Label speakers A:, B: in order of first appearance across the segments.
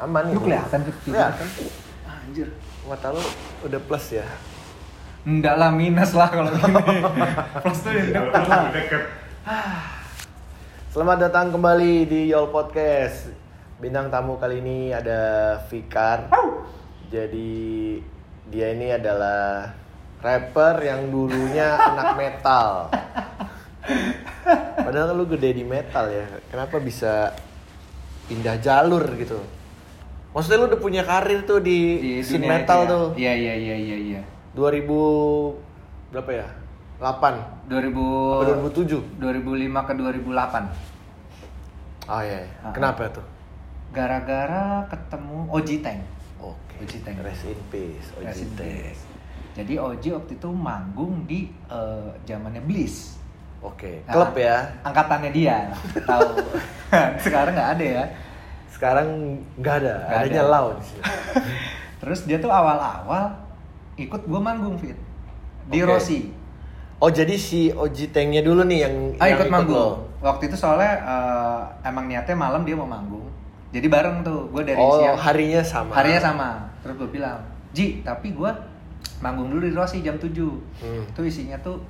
A: aman
B: Lu
A: gitu.
B: kelihatan kan? kecil
A: Kelihatan.
B: Anjir.
A: Ah, mata lu udah plus ya
B: Enggak lah minus lah kalau gini. Plus tuh yang dekat
A: Iya,
B: lah.
C: Deket.
A: selamat datang kembali di Yol Podcast bintang tamu kali ini ada Fikar jadi dia ini adalah rapper yang dulunya anak metal padahal lu gede di metal ya kenapa bisa pindah jalur gitu maksudnya lu udah punya karir tuh di, scene
B: dunia
A: metal
B: itu ya.
A: tuh
B: Iya iya iya iya iya.
A: 2000 berapa ya? 8
B: 2000
A: 2007.
B: 2005 ke 2008.
A: Oh iya. iya.
B: Ah.
A: Kenapa tuh?
B: Gara-gara ketemu Oji Tank.
A: Oke.
B: Oji Tank.
A: Rest in peace. Oji
B: Resident
A: Tank.
B: Evil. Jadi Oji waktu itu manggung di eh, zamannya Bliss.
A: Oke.
B: Nah,
A: Klub ya.
B: Angkatannya dia. Tahu. Sekarang nggak ada ya.
A: Sekarang nggak ada.
B: Nggak ada.
A: Adanya Lau di sini.
B: Terus dia tuh awal-awal ikut gue manggung fit di
A: Oke.
B: Rossi.
A: Oh jadi si Oji Tanknya dulu nih yang,
B: Ah
A: yang
B: ikut
A: lo.
B: manggung. Waktu itu soalnya eh, emang niatnya malam dia mau manggung. Jadi bareng tuh gue dari
A: oh
B: siang.
A: harinya sama.
B: Harinya sama. Terus gue bilang, Ji tapi gue manggung dulu di Rossi jam 7
A: Hmm.
B: Itu isinya tuh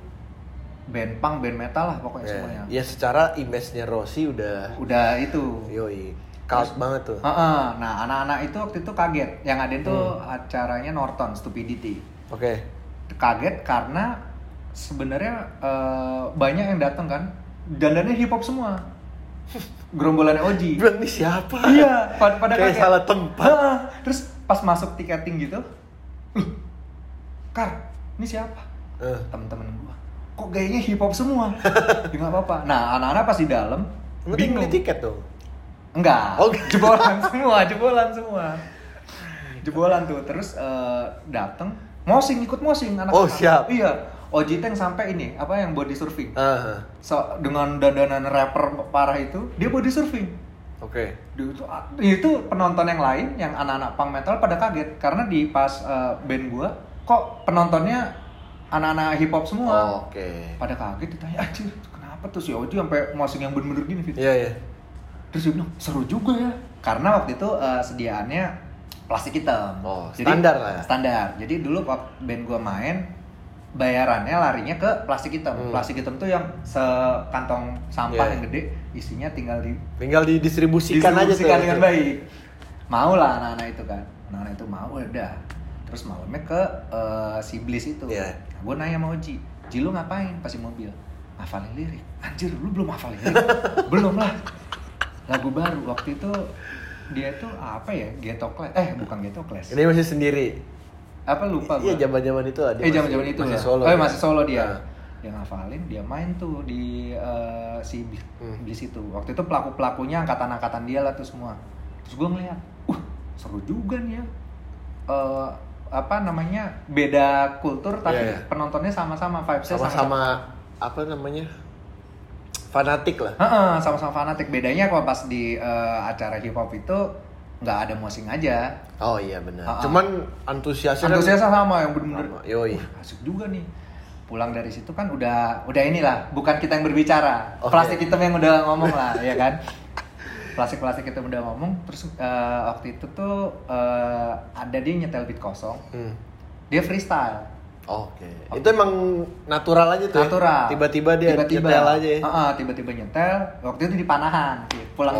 B: band punk, band metal lah pokoknya
A: Ya,
B: semuanya.
A: ya secara image-nya Rossi udah
B: Udah itu.
A: yoi. Kaos banget tuh.
B: Heeh. Nah anak-anak itu waktu itu kaget. Yang ada itu acaranya Norton Stupidity.
A: Oke.
B: Kaget karena sebenarnya eh, banyak yang datang kan. Dandannya hip hop semua. Gerombolannya Oji.
A: Bilang nih siapa?
B: iya. Pada, pada
A: Kayak
B: kaget.
A: salah tempat.
B: Heeh. Terus pas masuk tiketing gitu, "Loh, Kar, ini siapa?
A: Eh.
B: Temen-temen gua. Kok gayanya hip hop semua? ya nggak apa-apa. Nah anak-anak pas di dalam.
A: Lu mending
B: bingung.
A: beli tiket dong.
B: Enggak.
A: Oh, enggak.
B: Jebolan semua, jebolan semua. Jebolan tuh. Terus eh, dateng mosing ikut mosing anak
A: Oh, siap.
B: Iya. Oji Teng sampai ini apa yang body surfing.
A: Ah,
B: So, dengan dandanan rapper parah itu, dia body surfing.
A: Oke.
B: Dia Itu, ah, itu penonton yang lain yang anak-anak punk metal pada kaget karena di pas eh, band gua kok penontonnya anak-anak hip hop semua.
A: Oke.
B: Pada kaget ditanya, "Anjir, kenapa tuh si Oji sampai mosing yang bener-bener gini?" Fit?"
A: Iya iya.
B: Terus dia bilang seru juga ya. Karena waktu itu eh, sediaannya plastik hitam.
A: Oh, standar lah ya.
B: Standar. Jadi dulu waktu band gua main bayarannya larinya ke plastik hitam.
A: Hmm.
B: Plastik hitam tuh yang sekantong sampah
A: Iya.
B: yang gede, isinya tinggal di
A: Tinggal didistribusikan aja tuh.
B: distribusikan dengan baik. Mau lah anak-anak itu kan. Anak-anak itu mau udah. Terus malamnya ke eh, si Bliss itu.
A: Iya.
B: Nah, gue nanya sama Oji, Ji lu ngapain pas di mobil? Hafalin lirik. Anjir, lu belum hafalin lirik? belum lah. Lagu baru waktu itu dia tuh apa ya? Ghetto Class. Eh, bukan Ghetto Class.
A: Ini masih sendiri.
B: Apa lupa gue?
A: Iya zaman-zaman itu lah. dia
B: eh,
A: masih-
B: zaman-zaman itu
A: masih
B: lah.
A: solo.
B: Oh, iya,
A: ya.
B: masih solo dia.
A: Nah.
B: Dia ngafalin, dia main tuh di eh, si Bi-
A: Hmm.
B: Bliss itu. Waktu itu pelaku-pelakunya angkatan-angkatan dia lah tuh semua. Terus gue ngeliat, uh seru juga nih ya. Eh, apa namanya beda kultur tapi
A: Iya, iya.
B: penontonnya sama-sama vibesnya
A: Sama-sama apa namanya? Fanatik lah.
B: Heeh, sama-sama fanatik. Bedanya kalau pas di eh, acara hip hop itu nggak ada mosing aja.
A: Oh iya benar.
B: Ah, ah.
A: Cuman antusiasnya
B: Antusiasnya sama yang bener-bener
A: Sama. Yoi.
B: Wah, asik juga nih pulang dari situ kan udah udah inilah bukan kita yang berbicara
A: Oke.
B: plastik hitam yang udah ngomong lah ya kan plastik plastik hitam udah ngomong terus eh, waktu itu tuh eh, ada dia nyetel beat kosong
A: Hmm.
B: dia freestyle
A: Oke. Itu emang natural aja tuh. ya?
B: natural
A: Tiba-tiba dia
B: Tiba-tiba. Ah.
A: nyetel aja. ya.
B: Heeh, tiba-tiba nyetel waktu itu di Panahan pulang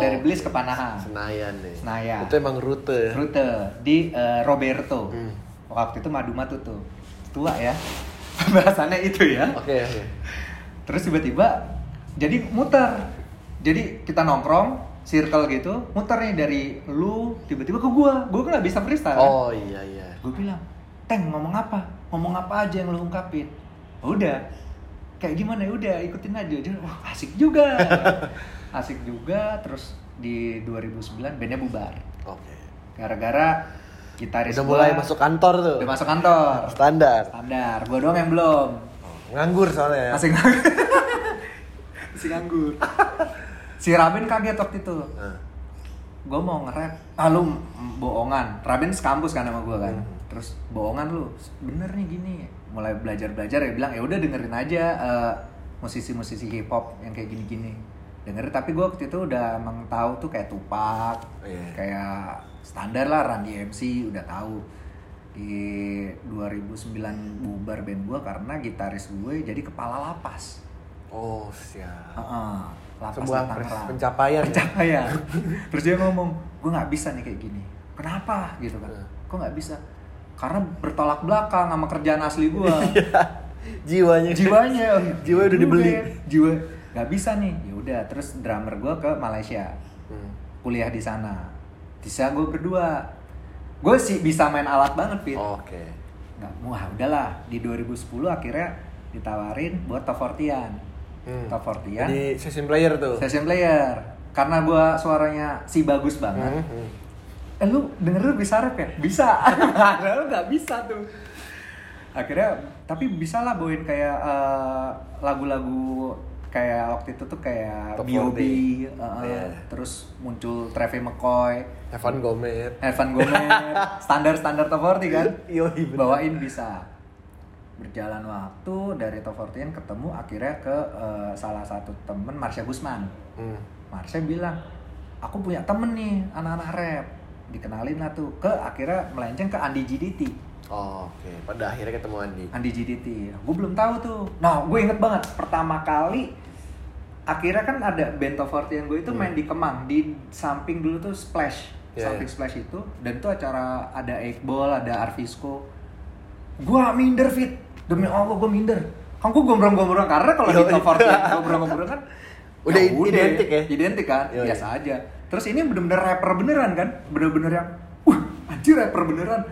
A: Oh,
B: dari Bliss
A: oke.
B: ke Panahan
A: Senayan nih.
B: Senayan.
A: Itu emang rute. ya?
B: rute di eh, Roberto
A: Hmm.
B: waktu itu Maduma tuh tuh tua ya pembahasannya itu ya
A: Oke. oke.
B: Terus tiba-tiba jadi muter. Jadi kita nongkrong, circle gitu, muter nih dari lu tiba-tiba ke gua. Gua kan nggak bisa freestyle. kan?
A: Oh iya iya.
B: Gua bilang, "Teng, ngomong apa? Ngomong apa aja yang lu ungkapin?" Ya Udah. Kayak gimana ya udah ikutin aja. Dia, wah, asik juga. asik juga terus di 2009 bandnya bubar.
A: Oke.
B: Gara-gara gitaris
A: Udah
B: gua
A: mulai masuk kantor tuh.
B: udah masuk kantor.
A: Standar.
B: Standar. Gua doang yang belum.
A: Nganggur soalnya ya.
B: Masih nganggur. Masih nganggur. si Rabin kaget waktu itu.
A: Nah.
B: Gue mau nge-rap. Ah lu m- bohongan. Rabin sekampus kan sama gue kan.
A: Hmm.
B: Terus bohongan lu. Bener nih gini. Mulai belajar-belajar ya bilang ya udah dengerin aja eh, musisi-musisi hip hop yang kayak gini-gini. denger tapi gue waktu itu udah emang tahu tuh kayak Tupac
A: Iya.
B: kayak standar lah Run DMC udah tahu di 2009 bubar band gue karena gitaris gue jadi kepala lapas
A: Oh siap.
B: Heeh, lapas
A: Sebuah
B: di
A: pers-
B: Tangerang.
A: pencapaian ya?
B: pencapaian iya. terus dia ngomong gue nggak bisa nih kayak gini kenapa gitu kan
A: Heeh.
B: kok nggak bisa karena bertolak belakang sama kerjaan asli gue
A: Jiwanya.
B: jiwanya oh,
A: Iya. Jiwa udah dibeli.
B: jiwa nggak bisa nih ya udah terus drummer gue ke Malaysia
A: Hmm.
B: kuliah di sana bisa gue berdua gue sih bisa main alat banget fit
A: Oke.
B: nggak wah udahlah di 2010 akhirnya ditawarin buat top 40-an
A: Hmm.
B: top 40-an
A: Jadi session player tuh.
B: session player karena gue suaranya si bagus banget
A: Hmm, hmm.
B: eh lu denger lu bisa rap ya? Bisa. Padahal nggak bisa tuh. Akhirnya tapi bisa lah bawain kayak eh, lagu-lagu kayak waktu itu tuh kayak
A: Top
B: B.O.B.
A: 40.
B: eh,
A: Iya.
B: terus muncul Travis McCoy,
A: Evan Gomez.
B: Evan Gomez, standar-standar top 40 kan?
A: Yoi, bener.
B: Bawain bisa. Berjalan waktu dari top 40 ketemu akhirnya ke eh, salah satu temen Marsha Guzman.
A: Hmm.
B: Marsha bilang, aku punya temen nih anak-anak rap. Dikenalin lah tuh. Ke akhirnya melenceng ke Andi GDT.
A: Oh, Oke. Pada akhirnya ketemu Andi.
B: Andi GDT. Gue belum tahu tuh. Nah, gue inget banget pertama kali akhirnya kan ada Bento Forte yang gue itu main di Kemang di samping dulu tuh Splash.
A: Hmm. Iya,
B: samping Splash itu dan tuh acara ada Eggball, ada Arvisco. Gua minder fit. Demi Allah gue minder. Kan gue gombrong-gombrong karena kalau di
A: Yo,
B: Top
A: iya.
B: 40 gombrong-gombrong kan
A: Udah
B: ya
A: identik ya?
B: Identik kan?
A: Yo,
B: Biasa aja. Terus ini bener-bener rapper beneran kan? Bener-bener yang, wah anjir rapper beneran.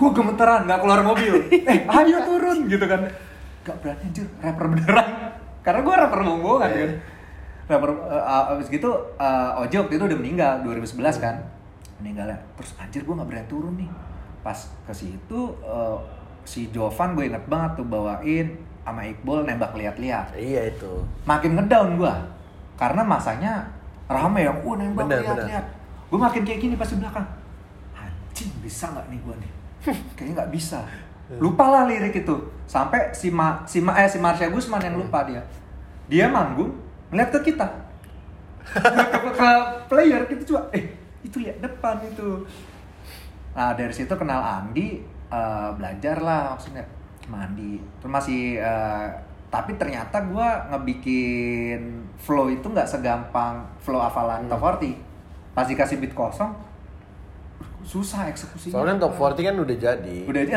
B: Gue gemeteran, gak keluar mobil. eh ayo turun gitu kan. Gak berani anjir, rapper beneran. Karena gue rapper bohongan
A: Iya.
B: kan. Rapper, eh, eh, abis gitu eh, Ojo waktu itu udah meninggal, 2011 kan. Meninggalnya. Terus anjir gue gak berani turun nih. Pas ke situ eh, si Jovan gue inget banget tuh bawain sama Iqbal nembak lihat-lihat
A: Iya itu.
B: makin ngedown gua karena masanya rame yang wah nembak
A: Bener,
B: lihat
A: bener.
B: lihat gua makin kayak gini pas di belakang anjing bisa nggak nih gua nih kayaknya nggak bisa
A: Hmm.
B: lupa lah lirik itu sampai si ma si ma eh si Marsha Gusman
A: Hmm.
B: yang lupa dia dia manggung ngeliat ke kita ke, ke- ke player kita coba eh itu lihat depan itu nah dari situ kenal Andi eh, belajar lah maksudnya sama Andi terus masih eh, tapi ternyata gua ngebikin flow itu nggak segampang flow
A: Hmm.
B: hafalan top 40 pas dikasih beat kosong susah eksekusinya
A: Soalnya top 40 kan udah jadi.
B: udah eh,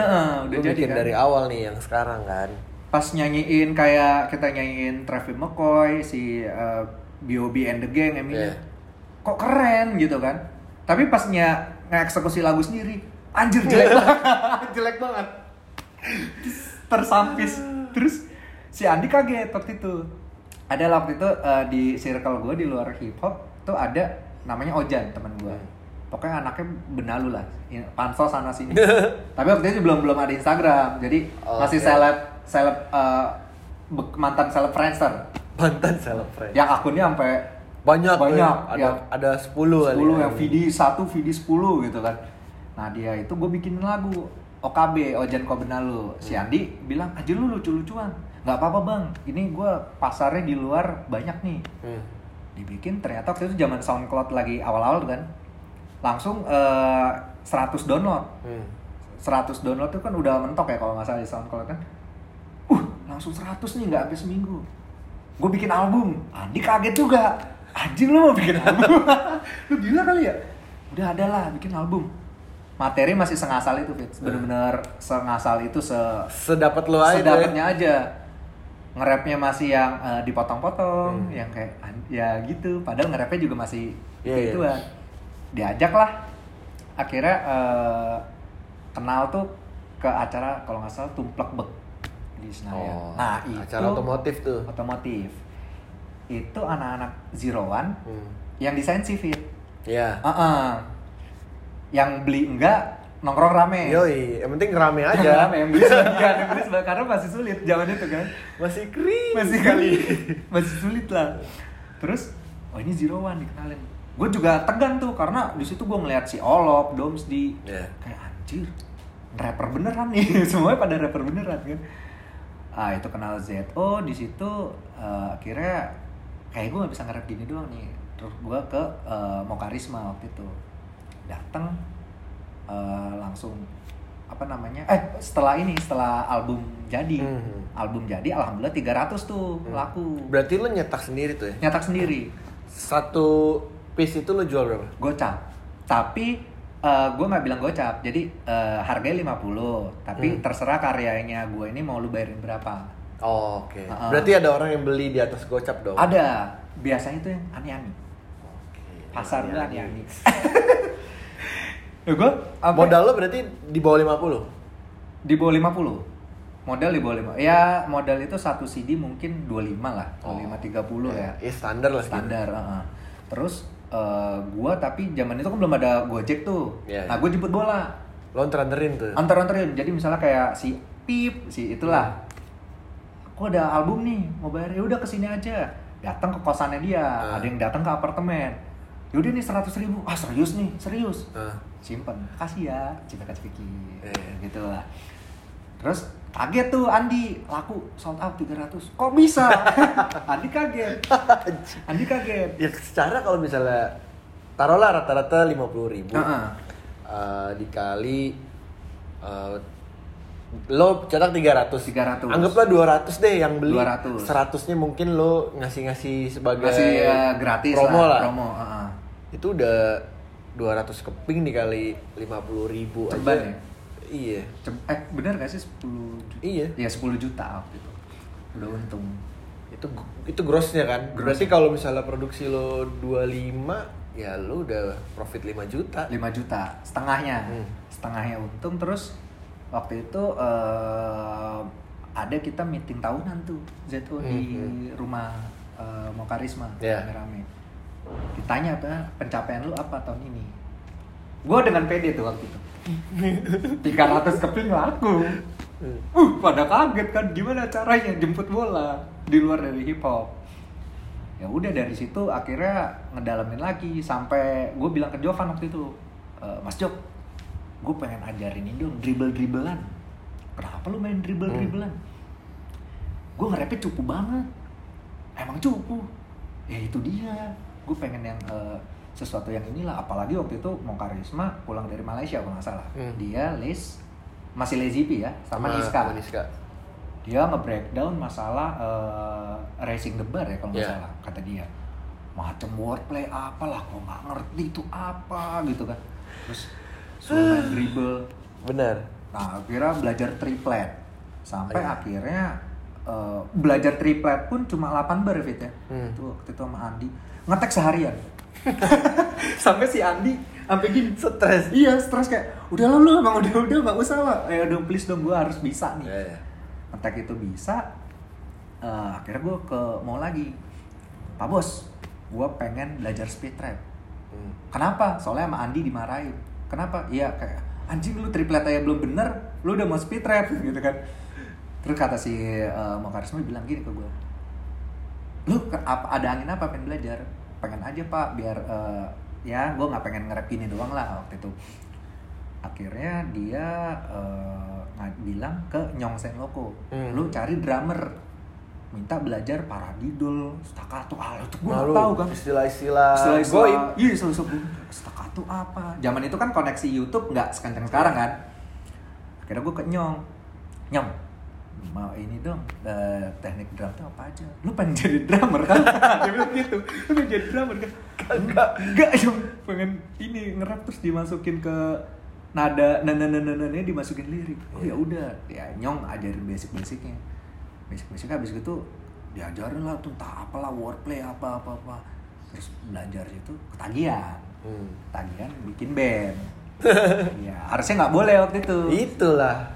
B: udah
A: Lu
B: jadi
A: bikin
B: kan?
A: dari awal nih yang sekarang kan.
B: pas nyanyiin kayak kita nyanyiin Travis McCoy si uh, B.O.B and the Gang
A: Iya.
B: Eminem kok keren gitu kan tapi pas nya ngeksekusi lagu sendiri anjir jelek banget jelek banget tersampis terus si Andi kaget waktu itu ada lah waktu itu uh, di circle gue di luar hip hop tuh ada namanya Ojan teman gue pokoknya anaknya benalu lah in- pansos sana sini tapi waktu itu belum belum ada Instagram jadi
A: Oh,
B: masih
A: oke.
B: seleb seleb uh, be- mantan seleb friendster
A: Mantan selebgram.
B: yang akunnya sampai
A: Banyak,
B: banyak
A: ya. ada
B: yang-
A: ada 10 kali. ya.
B: 10 yang VD 1, VD 10 gitu kan. Nah, dia itu gue bikin lagu OKB, Ojan Kobenalu. Si Andi bilang, "Aja lu lucu-lucuan." nggak apa-apa, Bang. Ini gue pasarnya di luar banyak nih."
A: Hmm.
B: Dibikin ternyata waktu itu zaman SoundCloud lagi awal-awal tuh kan. Langsung eh, 100 download.
A: Hmm.
B: 100 download itu kan udah mentok ya kalau nggak salah di SoundCloud kan. Uh, langsung 100 nih nggak habis seminggu. Gue bikin album. Andi kaget juga. Anjir lu mau bikin album? lu gila kali ya? Udah ada lah bikin album. Materi masih sengasal itu, Fit. Bener-bener sengasal itu se
A: Sedapat lu aja.
B: sedapatnya aja. Ngerapnya masih yang
A: Hmm.
B: eh, dipotong-potong, yang kayak an- ya gitu. Padahal ngerapnya juga masih
A: Iya, iya.
B: gitu kan. Diajak lah. Akhirnya eh, kenal tuh ke acara kalau nggak salah tumplek bek di Senayan.
A: Oh,
B: nah itu
A: acara otomotif tuh.
B: Otomotif. Itu anak-anak zero one
A: Hmm.
B: yang desain CV.
A: Ya.
B: Yang beli enggak nongkrong rame.
A: Yoi, Eh. yang penting rame
B: Jangan
A: aja.
B: rame, yang beli sebagian, yang beli sebagian karena masih sulit zaman itu kan.
A: Masih kering.
B: Masih kali, masih sulit lah. Terus, oh ini Zero One dikenalin. Gue juga tegang tuh karena di situ gue ngeliat si Olop, Doms di
A: Iya.
B: kayak anjir, rapper beneran nih, semuanya pada rapper beneran kan. Ah itu kenal ZO di situ eh, akhirnya kayak gue nggak bisa nge-rap gini doang nih terus gue ke eh, Mokarisma waktu itu datang eh, langsung apa namanya eh setelah ini setelah album jadi
A: Mhm.
B: album jadi alhamdulillah 300 tuh
A: Hmm.
B: laku
A: Berarti lo nyetak sendiri tuh ya?
B: nyetak sendiri
A: Satu piece itu lo jual berapa?
B: gocap tapi eh, gue nggak bilang gocap jadi eh, harganya 50 tapi
A: Hmm.
B: terserah karyanya gue ini mau lu bayarin berapa
A: Oh, oke.
B: Ah, ah.
A: Berarti ada orang yang beli di atas gocap dong?
B: ada biasanya tuh yang ani-ani
A: Oke. Iya,
B: pasar
A: Ini-
B: tuh
A: ini.
B: ani-ani ya gue
A: Modal lo berarti di bawah 50?
B: di bawah 50 modal di bawah 5 ya modal itu satu CD mungkin 25 lah 25 30
A: Oh,
B: ya
A: Iya standar lah segitu.
B: standar heeh. terus eh, gua tapi zaman itu kan belum ada Gojek tuh
A: Iya,
B: nah
A: iya.
B: gua jemput bola
A: Lo nteranterin tuh.
B: antar-antarin ya, jadi misalnya kayak si Pip si itulah aku ada album nih mau bayar ya udah kesini aja datang ke kosannya dia
A: Ah.
B: ada yang datang ke apartemen yaudah nih seratus ribu ah serius nih serius
A: Ah.
B: simpen kasih ya cinta kasih pikir
A: Iya.
B: gitu lah terus kaget tuh Andi laku sold out 300 kok bisa Andi kaget Andi kaget
A: Ya secara kalau misalnya taruhlah rata-rata 50 ribu
B: Heeh.
A: dikali eh, lo cetak 300
B: 300.
A: anggaplah 200 deh yang beli
B: 200.
A: 100 nya mungkin lo ngasih-ngasih sebagai
B: masih eh, gratis
A: promo lah,
B: promo ah, heeh.
A: itu udah 200 keping dikali 50 ribu
B: Ceban
A: aja
B: ya?
A: iya
B: Cem- eh bener gak sih 10 juta?
A: Iya.
B: Ya 10 juta waktu itu. Udah untung.
A: itu itu grossnya kan
B: Gross.
A: berarti kalau misalnya produksi lo 25 ya lo udah profit 5 juta
B: 5 juta setengahnya.
A: Hmm.
B: Setengahnya untung terus waktu itu eh, ada kita meeting tahunan tuh ZO di rumah eh, Mokarisma
A: Hmm, Iya.
B: rame-rame. Ditanya apa pencapaian lu apa tahun ini? Gue dengan PD tuh waktu itu. 300 keping laku.
A: Hmm.
B: Uh, pada kaget kan gimana caranya jemput bola di luar dari hip hop. Ya udah dari situ akhirnya ngedalamin lagi sampai gue bilang ke Jovan waktu itu, "E, Mas Jok, gue pengen ajarin ini dong dribble dribblean. Kenapa lu main dribble dribblean? Gue ngerapnya cupu banget, emang cupu. Ya itu dia, gue pengen yang eh, sesuatu yang inilah apalagi waktu itu mau karisma pulang dari Malaysia kalau nggak salah
A: Hmm.
B: dia les masih lazy P ya sama
A: Sama-
B: Niska
A: sama Niska
B: dia nge-breakdown masalah eh, racing the bar ya kalau nggak
A: Iya.
B: salah kata dia macam wordplay apalah kok nggak ngerti itu apa gitu kan terus suruh main dribble
A: benar
B: nah akhirnya belajar triplet sampai
A: Iya.
B: akhirnya eh, belajar triplet pun cuma 8 bar Fit ya
A: Hmm.
B: itu waktu itu sama Andi ngetek seharian sampai si Andi sampai gini
A: stres
B: iya stres kayak udah lah lu emang udah udah nggak usah lah Iya. eh dong please dong gue harus bisa nih
A: ya, ya.
B: ngetek itu bisa eh, akhirnya gue ke mau lagi pak bos gue pengen belajar speed trap
A: Hmm.
B: kenapa soalnya sama Andi dimarahin kenapa iya kayak anjing lu triplet aja belum bener lu udah mau speed trap gitu kan terus kata si eh, Mokarisma bilang gini ke gue lu ke- apa- ada angin apa pengen belajar pengen aja pak biar eh, ya gue nggak pengen ngerap gini doang lah waktu itu akhirnya dia eh, nga- bilang ke Nyong Sen Loko
A: Hmm.
B: lu cari drummer minta belajar paradidol staccato ah itu gue
A: Malu,
B: nggak tahu kan
A: istilah-istilah,
B: istilah-istilah
A: goib.
B: iya istilah-istilah goib. staccato apa zaman itu kan koneksi YouTube nggak sekencang sekarang kan akhirnya gue ke nyong nyong mau ini dong eh, teknik drum tuh apa aja lu pengen jadi drummer kan dia bilang gitu lu pengen jadi drummer kan enggak enggak Nyong. pengen ini ngerap terus dimasukin ke nada nana nana nana dimasukin lirik oh ya udah ya nyong ajarin basic basicnya basic basicnya habis gitu diajarin lah tuh entah apalah wordplay apa apa apa terus belajar itu ketagihan
A: Hmm.
B: tagihan bikin band ya harusnya nggak boleh waktu itu
A: Itulah.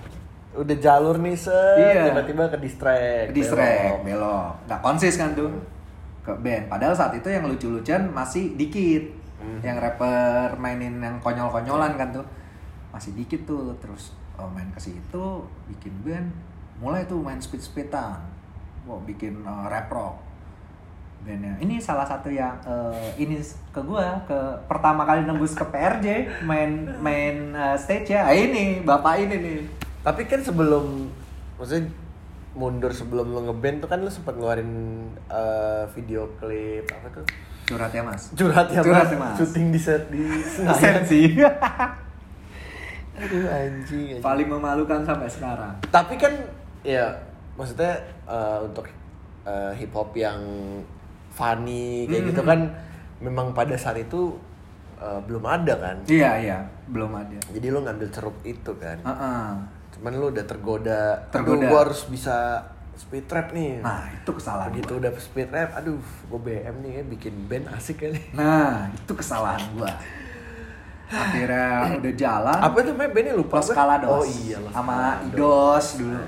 A: Udah jalur nih set,
B: Iya.
A: tiba-tiba ke distract.
B: distrek belok.
A: belok.
B: nggak konsis kan tuh ke band padahal saat itu yang lucu-lucuan masih dikit
A: Hmm.
B: yang rapper mainin yang konyol-konyolan kan tuh masih dikit tuh terus oh, main ke situ bikin band mulai tuh main speed speedan wow, bikin eh, rap rock bandnya ini salah satu yang eh, ini s- ke gua ke pertama kali nembus ke PRJ main main eh, stage ya Ah, ini bapak ini nih
A: Tapi kan sebelum maksudnya mundur sebelum lo ngeband tuh kan lo sempat ngeluarin eh, video klip apa tuh?
B: curhat ya mas
A: Curhat ya mas.
B: Curhat ya, Mas.
A: Syuting di set di Senayan.
B: sensi
A: Aduh anjing. anjing.
B: paling memalukan sampai sekarang
A: Tapi kan ya maksudnya eh, untuk eh, hip hop yang funny kayak
B: Mm-hmm.
A: gitu kan memang pada saat itu eh, belum ada kan.
B: iya iya belum ada
A: Jadi lo ngambil ceruk itu kan.
B: Heeh.
A: Cuman lo udah tergoda.
B: Tergoda.
A: Aduh, gua harus bisa speed trap nih.
B: nah itu kesalahan
A: Begitu udah speed rap, aduh, gue BM nih ya bikin band asik kali.
B: nah itu kesalahan gua akhirnya udah jalan
A: Apa itu namanya bandnya lupa
B: Los
A: gue.
B: Calados.
A: Oh iya, Los
B: Sama
A: Calados.
B: Idos dulu.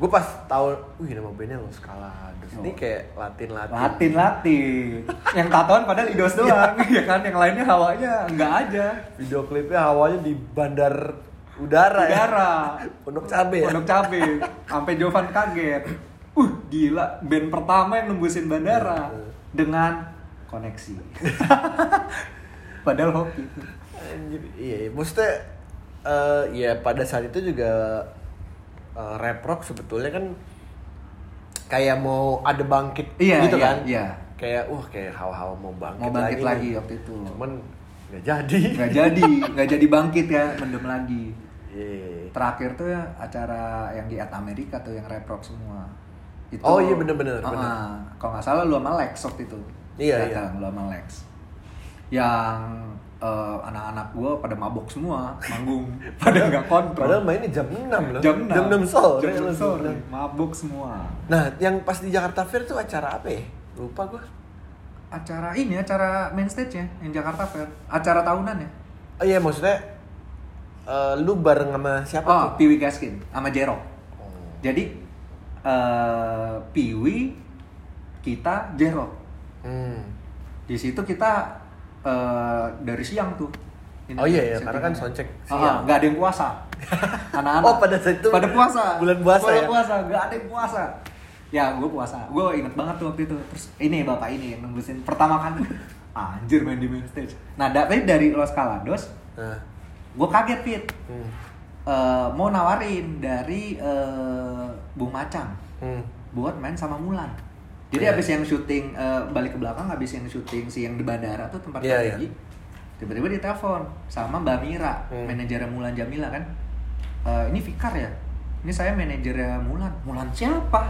A: Gue pas tahu, wih nama bandnya Los Calados. Ini kayak Latin-Latin.
B: Latin Latin, yang tatoan padahal idos doang,
A: Iya.
B: ya kan? Yang lainnya hawanya nggak ada.
A: Video klipnya awalnya di bandar udara, ya.
B: Udara,
A: Pondok cabe ya.
B: pondok cabe, sampai Jovan kaget. Uh, gila, band pertama yang nembusin
A: Iya,
B: bandara dengan koneksi. padahal hoki.
A: Anjir, iya, iya. maksudnya eh, ya pada saat itu juga eh, rap rock sebetulnya kan kayak mau ada bangkit
B: Iya,
A: gitu
B: iya,
A: kan?
B: iya.
A: Kayak wah kayak hawa-hawa mau bangkit,
B: Mau bangkit lagi
A: nih.
B: waktu itu.
A: Cuman nggak jadi.
B: Nggak jadi, nggak jadi bangkit ya, mendem lagi.
A: Iya.
B: Terakhir tuh ya, acara yang di At Amerika tuh yang rap rock semua. Itu,
A: Oh, iya, bener-bener,
B: Ah,
A: bener.
B: ah. Kalau nggak salah lu sama Lex waktu itu.
A: Iya, iya.
B: Datang, Lu sama Lex. Yang eh, anak-anak gua pada mabok semua, manggung, pada nggak kontrol.
A: Padahal mainnya jam 6 loh.
B: jam 6.
A: Jam 6 sore.
B: Jam 6 sore,
A: Jam
B: mabok semua.
A: 6. Nah, yang pas di Jakarta Fair tuh acara apa ya? Lupa gua.
B: Acara ini acara main stage-nya yang Jakarta Fair. Acara tahunan ya.
A: Oh iya, maksudnya eh, lu bareng sama siapa
B: Oh,
A: tuh?
B: Piwi Gaskin sama Jerok.
A: Oh.
B: Jadi eh Piwi kita Jerok.
A: Hmm.
B: Di situ kita eh dari siang tuh.
A: Oh iya, iya, karena kan soundcheck siang.
B: siang. Enggak ada yang puasa. Anak-anak.
A: Oh, pada saat itu
B: pada puasa.
A: bulan puasa
B: Bulan
A: ya?
B: puasa, enggak ada yang puasa. Ya, gue puasa. Gue inget banget tuh waktu itu. Terus ini bapak ini yang nembusin pertama kan. Anjir main di main stage. Nah, tapi dari Los Calados,
A: Nah.
B: gue kaget Fit.
A: Hmm.
B: Eh, mau nawarin dari eh, Bung Macang
A: Hmm.
B: buat main sama Mulan. Jadi
A: Iya.
B: habis yang syuting eh, balik ke belakang habis yang syuting si yang di bandara tuh tempat
A: Iya,
B: yeah, tiba-tiba ditelepon sama Mbak Mira,
A: Hmm.
B: manajernya Mulan Jamila kan. "Eh, ini Fikar ya. Ini saya manajernya Mulan. Mulan siapa?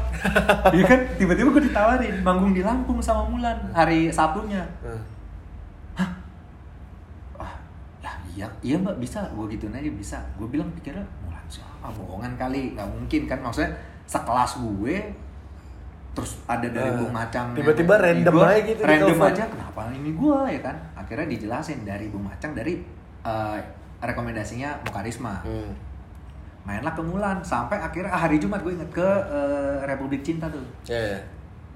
B: Iya kan tiba-tiba gue ditawarin manggung di Lampung sama Mulan hari Sabtunya.
A: Hmm.
B: Ah, ya iya, iya mbak bisa. Gue gituin aja bisa. Gue bilang pikirnya Mulan siapa? Bohongan kali, nggak mungkin kan? Maksudnya sekelas gue terus ada dari
A: Eh,
B: Bung Macang
A: tiba-tiba
B: yang-
A: random
B: gua-
A: aja gitu di
B: random
A: telepon.
B: aja kenapa ini gue ya kan akhirnya dijelasin dari Bung Macang dari eh, rekomendasinya Mukarisma
A: Hmm.
B: mainlah ke Mulan sampai akhirnya ah, hari Jumat gue inget ke eh, Republik Cinta tuh
A: Ya, ya.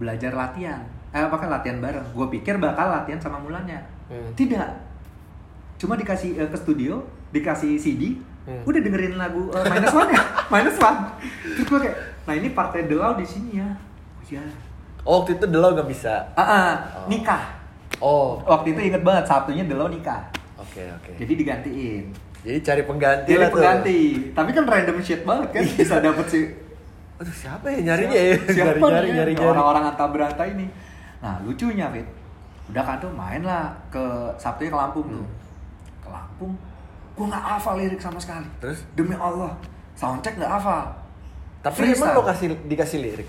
B: belajar latihan eh bahkan latihan bareng gue pikir bakal latihan sama Mulannya
A: Hmm.
B: tidak cuma dikasih eh, ke studio dikasih CD
A: Hmm.
B: udah dengerin lagu eh, minus one ya minus one terus gue kayak nah ini partai delau di sini ya oh, iya
A: Oh, waktu itu Delo gak bisa.
B: ah, ah,
A: Oh.
B: nikah
A: Oh,
B: waktu itu inget banget Sabtunya delau nikah
A: oke oke.
B: jadi digantiin
A: Jadi cari pengganti
B: jadi
A: lah tuh.
B: pengganti tapi kan random shit banget kan bisa dapet sih
A: Aduh, siapa ya nyarinya ya?
B: siapa
A: nyari
B: nih
A: nyari
B: ya?
A: nyari.
B: orang-orang antar beranta ini nah lucunya Fit udah kan tuh main lah ke Sabtunya ke Lampung tuh
A: Hmm.
B: ke Lampung gua nggak hafal lirik sama sekali
A: Terus?
B: demi Allah soundcheck nggak hafal
A: Tapi
B: Freestyle.
A: emang lo kasih dikasih lirik.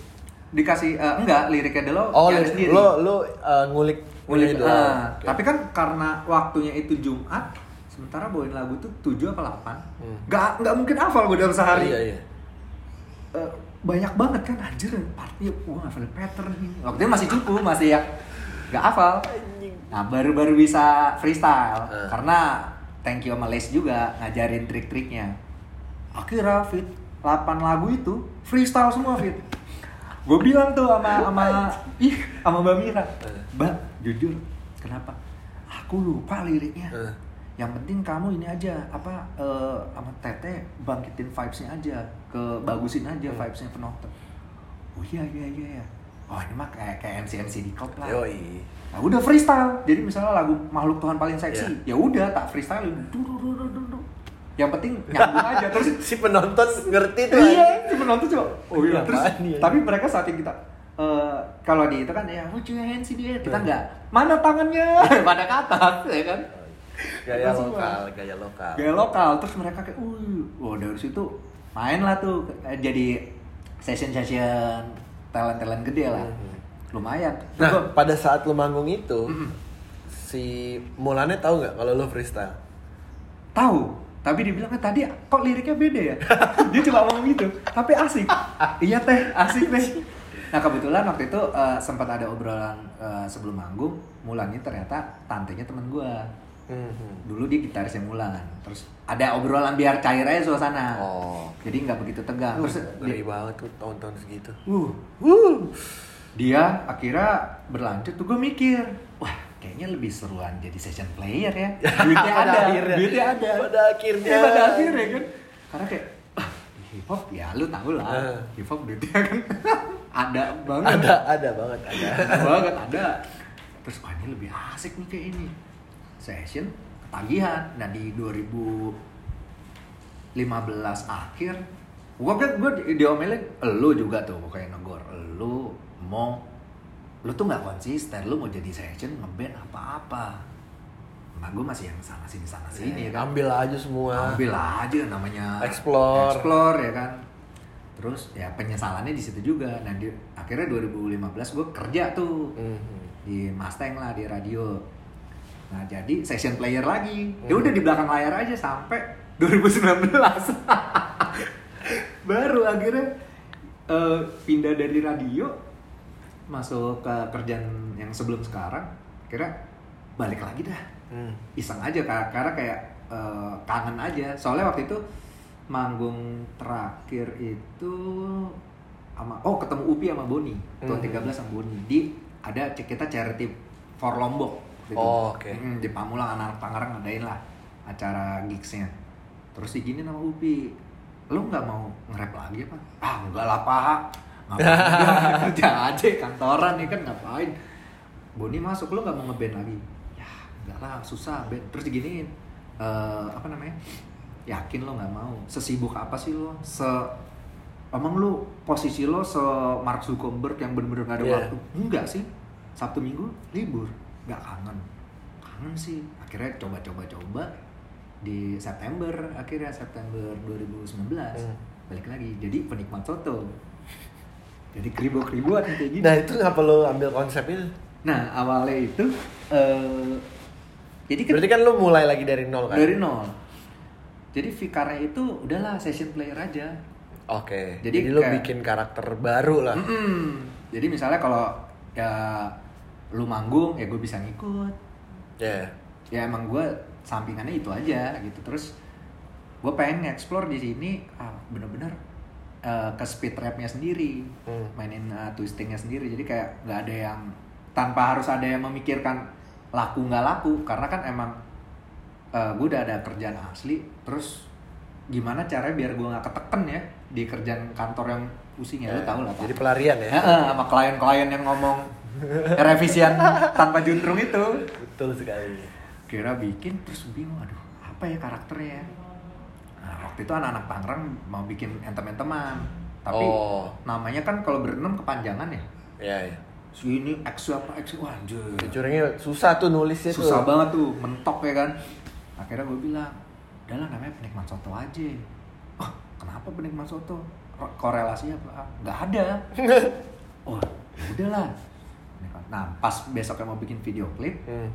B: dikasih eh, enggak liriknya dulu
A: Oh,
B: nyari
A: lirik.
B: sendiri.
A: lo lo uh, ngulik
B: Ngulik,
A: doang.
B: eh,
A: Oke.
B: tapi kan karena waktunya itu Jumat sementara bawain lagu tuh 7 apa 8
A: Hmm.
B: nggak nggak mungkin hafal gue dalam sehari
A: Iya, iya.
B: Eh, banyak banget kan anjir partnya gue hafal pattern ini waktu itu masih cukup masih ya nggak hafal nah baru baru bisa freestyle
A: Eh.
B: karena thank you sama Les juga ngajarin trik-triknya akhirnya fit 8 lagu itu freestyle semua fit gue bilang tuh sama sama ih sama mbak Mira
A: Eh.
B: mbak jujur kenapa aku lupa liriknya
A: Eh.
B: yang penting kamu ini aja apa eh, sama Tete bangkitin vibesnya aja ke bagusin aja vibesnya penonton oh iya iya iya iya oh ini mah kayak kayak MC MC di klub lah
A: Yoi.
B: Nah, udah Iya. freestyle jadi misalnya lagu makhluk Tuhan paling seksi ya udah tak freestyle yang penting nyambung aja terus
A: si penonton ngerti tuh
B: iya si penonton coba oh
A: Apaan
B: iya terus
A: nih?
B: tapi mereka saat yang kita eh, kalau di itu kan ya lucu ya hands dia kita nggak mana tangannya pada ke atas ya kan
A: gaya
B: Kita semua.
A: lokal gaya lokal
B: gaya lokal terus mereka kayak uh wah dari situ main lah tuh eh, jadi session session talent talent gede lah
A: Iya,
B: lumayan
A: nah
B: Gua-
A: pada saat lu manggung itu si Mulane tahu nggak kalau lu freestyle
B: tahu tapi dia bilang "Eh, tadi kok liriknya beda ya dia cuma ngomong gitu tapi asik iya teh asik teh nah kebetulan waktu itu eh, sempat ada obrolan eh, sebelum manggung Mulannya ternyata tantenya temen gua dulu dia gitarisnya Mulan terus ada obrolan biar cair aja suasana
A: Oh.
B: jadi nggak begitu tegang
A: terus
B: terus
A: ngeri
B: dia,
A: banget tuh tahun-tahun segitu
B: uh,
A: Wuh.
B: dia akhirnya berlanjut tuh gue mikir wah kayaknya lebih seruan jadi session player ya duitnya
A: Pada
B: ada
A: akhirnya.
B: duitnya ada
A: Pada akhirnya.
B: Iya, pada akhirnya kan karena kayak ah, hip hop ya lu tau lah
A: Eh.
B: hip hop duitnya kan ada banget
A: ada ada banget ada
B: ada banget ada terus wah ini lebih asik nih kayak ini session ketagihan nah di 2015 akhir gua kan gua di- diomelin lu juga tuh pokoknya negor lu mau lu tuh nggak konsisten lu mau jadi session ngeband apa-apa nah gua masih yang sana sini sana sini kan
A: ambil aja semua
B: ambil aja namanya
A: Explore.
B: explore ya kan terus ya penyesalannya di situ juga nah di, akhirnya 2015 gue kerja tuh
A: Mhm.
B: di Mustang lah di radio nah jadi session player lagi
A: Mhm.
B: ya udah di belakang layar aja sampai 2019 baru akhirnya eh, pindah dari radio masuk ke kerjaan yang sebelum sekarang kira balik lagi dah
A: Hmm.
B: iseng aja Kak. karena kayak eh, kangen aja soalnya waktu itu manggung terakhir itu sama oh ketemu Upi sama Boni tahun
A: Mhm.
B: 13 sama Boni di ada c- kita charity for Lombok waktu itu.
A: Oh, oke.
B: Mm, di Pamulang anak Tangerang ngadain lah acara gigsnya terus digini sama Upi lu nggak mau nge-rap lagi apa ah enggak lah pak ngapain kerja aja kantoran ya kan ngapain Boni masuk lu nggak mau ngeband lagi ya enggak lah susah band terus diginiin Eh, apa namanya yakin lo nggak mau sesibuk apa sih lo se emang lo posisi lo se Mark Zuckerberg yang bener-bener nggak ada
A: Iya.
B: waktu enggak sih Sabtu Minggu libur nggak kangen kangen sih akhirnya coba-coba-coba di September akhirnya September 2019
A: Hmm.
B: balik lagi jadi penikmat soto jadi kribo-kriboan kayak gini
A: nah itu ngapa lo ambil konsep itu
B: Nah awalnya itu eh jadi kan
A: berarti kan lo mulai lagi dari nol kan
B: dari nol. Jadi Vikarnya itu udahlah session player aja.
A: oke jadi,
B: Jadi
A: lo
B: kayak-
A: bikin karakter baru lah Hmm.
B: Mm-mm. Jadi misalnya kalau ya lu manggung ya gue bisa ngikut.
A: ya
B: Ya emang gue sampingannya itu aja gitu terus gue pengen explore di sini ah, bener-bener eh, ke speed rapnya sendiri
A: Hmm.
B: mainin eh, twistingnya sendiri jadi kayak nggak ada yang tanpa harus ada yang memikirkan laku nggak laku karena kan emang gue udah ada kerjaan asli terus gimana caranya biar gue nggak keteken ya di kerjaan kantor yang pusing ya,
A: Ya,
B: lo tau lah Pak.
A: jadi pelarian ya
B: Eh, eh, sama klien-klien yang ngomong revisian tanpa juntrung itu
A: betul sekali
B: kira bikin terus bingung aduh apa ya karakternya ya? nah waktu itu anak-anak Tangerang mau bikin entem-enteman tapi
A: Oh.
B: namanya kan kalau berenam kepanjangan ya
A: ya, ya.
B: si ini X apa X wah anjir
A: Featuringnya susah tuh nulisnya tuh
B: susah banget tuh mentok ya kan akhirnya gue bilang udahlah namanya penikmat soto aja oh, kenapa penikmat soto Ro- korelasinya apa Ah, nggak ada oh ya udahlah Penikmat- nah pas besoknya mau bikin video klip
A: Hmm.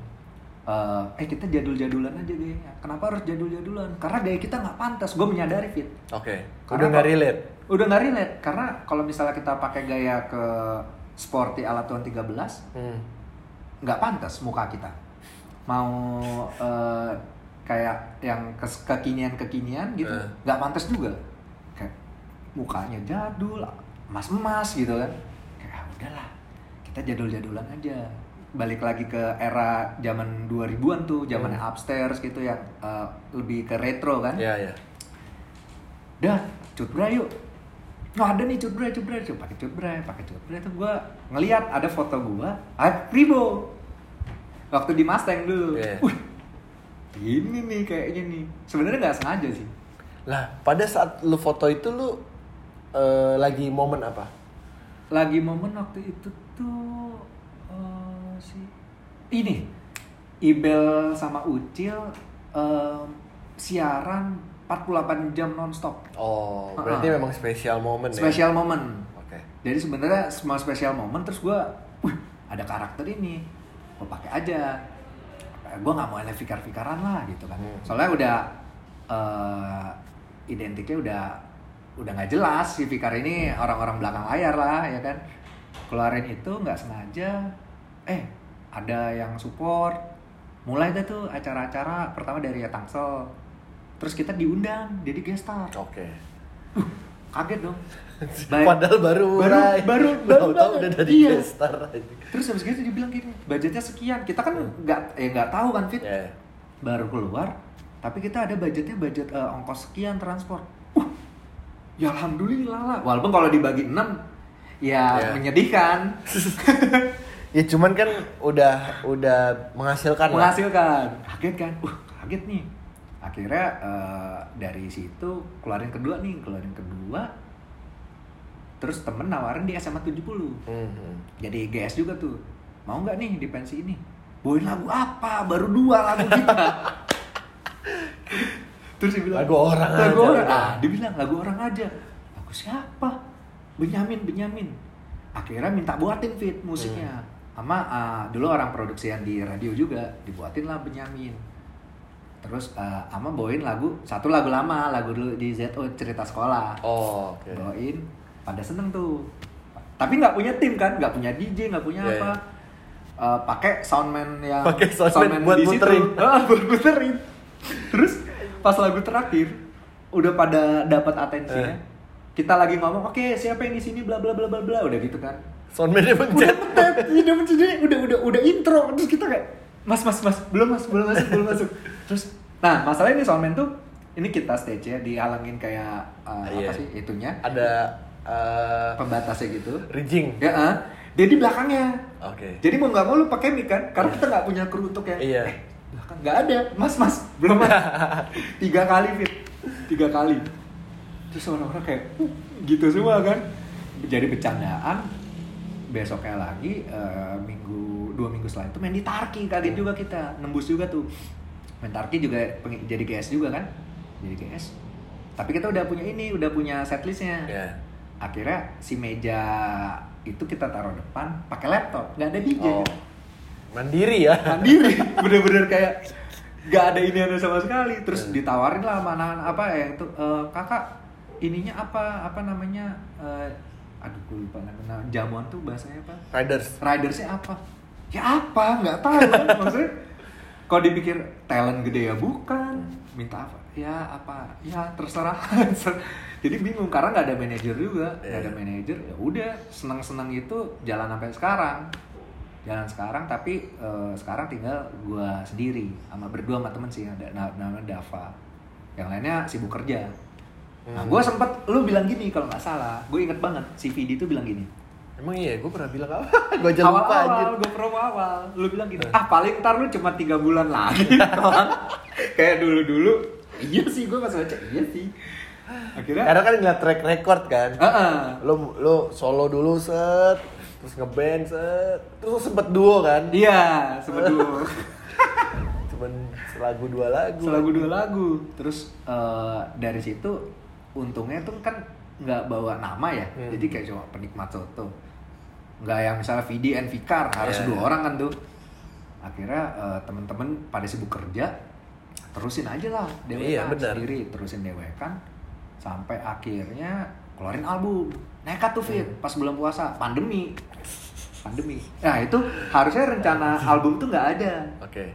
B: Eh, eh kita jadul-jadulan aja gayanya. Kenapa harus jadul-jadulan? Karena gaya kita nggak pantas. Gue menyadari fit.
A: oke
B: Karena
A: udah nggak
B: kok-
A: relate
B: Udah nggak relate. Karena kalau misalnya kita pakai gaya ke sporty ala tuan 13,
A: Hmm.
B: nggak pantas muka kita. Mau eh, kayak yang kes- kekinian-kekinian gitu,
A: Eh.
B: nggak pantas juga. Kayak mukanya jadul, emas-emas gitu kan. Kayak ah, udahlah, kita jadul-jadulan aja. Balik lagi ke era zaman 2000-an tuh, zamannya upstairs gitu yang eh, lebih ke retro kan.
A: ya ya
B: Dah, cutbra yuk. Wah ada nih cutbra, cutbra, coba pakai cutbra, pakai cutbra itu gua ngelihat ada foto gua, ah Pribo. Waktu di Mustang dulu.
A: Iya.
B: Wih, ini nih kayaknya nih sebenarnya nggak sengaja sih
A: Lah, pada saat lu foto itu lu eh, lagi momen apa?
B: lagi momen waktu itu tuh eh, si ini Ibel sama Ucil eh, siaran 48 jam nonstop
A: Oh,
B: Ah.
A: berarti memang spesial momen ya.
B: special moment
A: Oke.
B: jadi sebenarnya semua spesial momen terus gue wih ada karakter ini gue pakai aja gue nggak mau ada fikar-fikaran lah gitu kan
A: Hmm.
B: soalnya udah eh, identiknya udah udah nggak jelas si fikar ini orang-orang belakang layar lah ya kan keluarin itu nggak sengaja eh ada yang support mulai dah tuh acara-acara pertama dari Tangsel terus kita diundang jadi guest star
A: Oke.
B: kaget dong Baik-
A: Padahal baru
B: Baru-
A: mulai.
B: baru- baru
A: tahu
B: banget.
A: udah dari
B: Iya.
A: guest star aja.
B: Terus habis gitu dia bilang gini, budgetnya sekian. Kita kan nggak ya nggak tahu kan Fit.
A: Ya.
B: Baru keluar, tapi kita ada budgetnya budget eh, ongkos sekian transport. Wah, ya alhamdulillah lah. Walaupun kalau dibagi 6 ya
A: Ya.
B: menyedihkan,
A: Ya cuman kan udah udah menghasilkan lah.
B: menghasilkan. Kaget kan? Wah, kaget nih. Akhirnya eh, dari situ keluarin kedua nih, keluarin kedua. Terus temen nawarin di SMA 70.
A: Mhm.
B: jadi GS juga tuh mau nggak nih di pensi ini bawain lagu apa baru dua lagu kita terus dia bilang
A: Lagu orang
B: lagu
A: aja."
B: orang ah dia bilang lagu orang aja lagu siapa Benyamin Benyamin akhirnya minta buatin fit musiknya
A: Hmm.
B: sama ah, dulu orang produksian di radio juga dibuatin lah Benyamin terus ah, ama bawain lagu satu lagu lama lagu dulu di ZO cerita sekolah
A: Oh, oke.
B: bawain pada seneng tuh tapi nggak punya tim kan nggak punya DJ nggak punya
A: Iya,
B: apa
A: iya.
B: Eh, pakai soundman yang
A: Pakai soundman buat muterin.
B: situ. Ah, buat muterin terus pas lagu terakhir udah pada dapat atensinya
A: Eh.
B: kita lagi ngomong oke siapa yang di sini bla bla bla bla bla udah gitu kan
A: Soundman-nya
B: udah
A: pencet.
B: tetep udah udah udah udah udah intro terus kita kayak mas mas mas belum mas belum masuk belum masuk terus nah masalahnya ini soundman tuh ini kita stage ya dihalangin kayak eh, apa
A: Iya.
B: sih itunya
A: Ada eh,
B: pembatasnya gitu
A: ridging.
B: ya ah. dia di belakangnya
A: Oke.
B: jadi mau nggak mau lu pakai mic kan karena kita nggak punya kru untuk yang
A: Iya.
B: eh, belakang nggak ada mas mas belum mas tiga kali fit tiga kali terus orang-orang kayak "Uh," gitu semua kan jadi bercandaan besoknya lagi eh, minggu dua minggu setelah itu main di Tarki kaget juga kita nembus juga tuh main Tarki juga peng- jadi GS juga kan jadi GS tapi kita udah punya ini udah punya setlistnya
A: Ya.
B: akhirnya si meja itu kita taruh depan pakai laptop nggak ada DJ
A: Oh. Mandiri ya.
B: mandiri bener-bener kayak nggak ada ini ada sama sekali terus ditawarin lah sama anak apa ya itu eh, kakak ininya apa apa namanya eh, aduh gue lupa nama jamuan tuh bahasanya apa
A: Riders.
B: ridersnya apa ya apa nggak tahu kan. maksudnya kalau dipikir talent gede ya bukan minta apa ya apa ya terserah jadi bingung karena nggak ada manajer juga nggak ada
A: Iya.
B: manajer ya udah seneng seneng itu jalan sampai sekarang jalan sekarang tapi eh, sekarang tinggal gua sendiri sama berdua sama temen sih ada na- namanya Dava yang lainnya sibuk kerja nah
A: Hmm.
B: gua sempet lu bilang gini kalau nggak salah gue inget banget si Vidi tuh bilang gini
A: Emang iya, gue pernah bilang apa? gue aja lupa
B: awal-awal,
A: aja.
B: gue promo awal lu bilang gitu ah paling ntar lu cuma tiga bulan lagi kayak dulu-dulu iya sih gue pas baca iya sih akhirnya
A: Karena kan ngeliat track record kan.
B: Ya. Heeh.
A: Lo lo solo dulu set, terus ngeband set, terus lo sempet duo kan?
B: iya sebetulnya
A: Cuman selagu dua lagu.
B: selagu dua lagu terus eh, dari situ untungnya tuh kan nggak bawa nama ya
A: Hmm.
B: jadi kayak cuma penikmat soto nggak yang misalnya Vidi and Fikar harus
A: Iya.
B: dua orang kan tuh akhirnya eh, temen-temen pada sibuk kerja terusin aja lah DWK
A: Iya, benar.
B: sendiri terusin DWK sampai akhirnya keluarin album nekat tuh Fit
A: Hmm.
B: pas bulan puasa pandemi pandemi nah itu harusnya rencana album tuh nggak ada
A: Oke.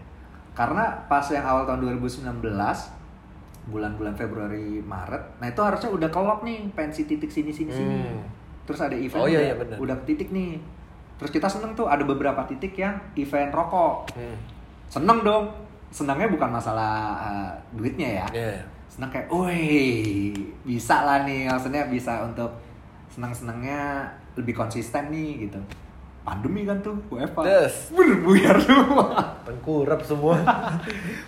B: karena pas yang awal tahun 2019 bulan-bulan Februari Maret nah itu harusnya udah kelok nih pensi titik sini sini sini
A: Hmm.
B: terus ada event
A: Oh, iya,
B: udah-
A: iya, bener.
B: udah ke titik nih terus kita seneng tuh ada beberapa titik yang event rokok
A: Hmm.
B: seneng dong senangnya bukan masalah eh, duitnya ya
A: Iya.
B: seneng kayak, woi bisa lah nih, maksudnya bisa untuk seneng-senengnya lebih konsisten nih gitu. pandemi kan tuh WFA
A: Des.
B: bener buyar semua
A: Tengkurap semua.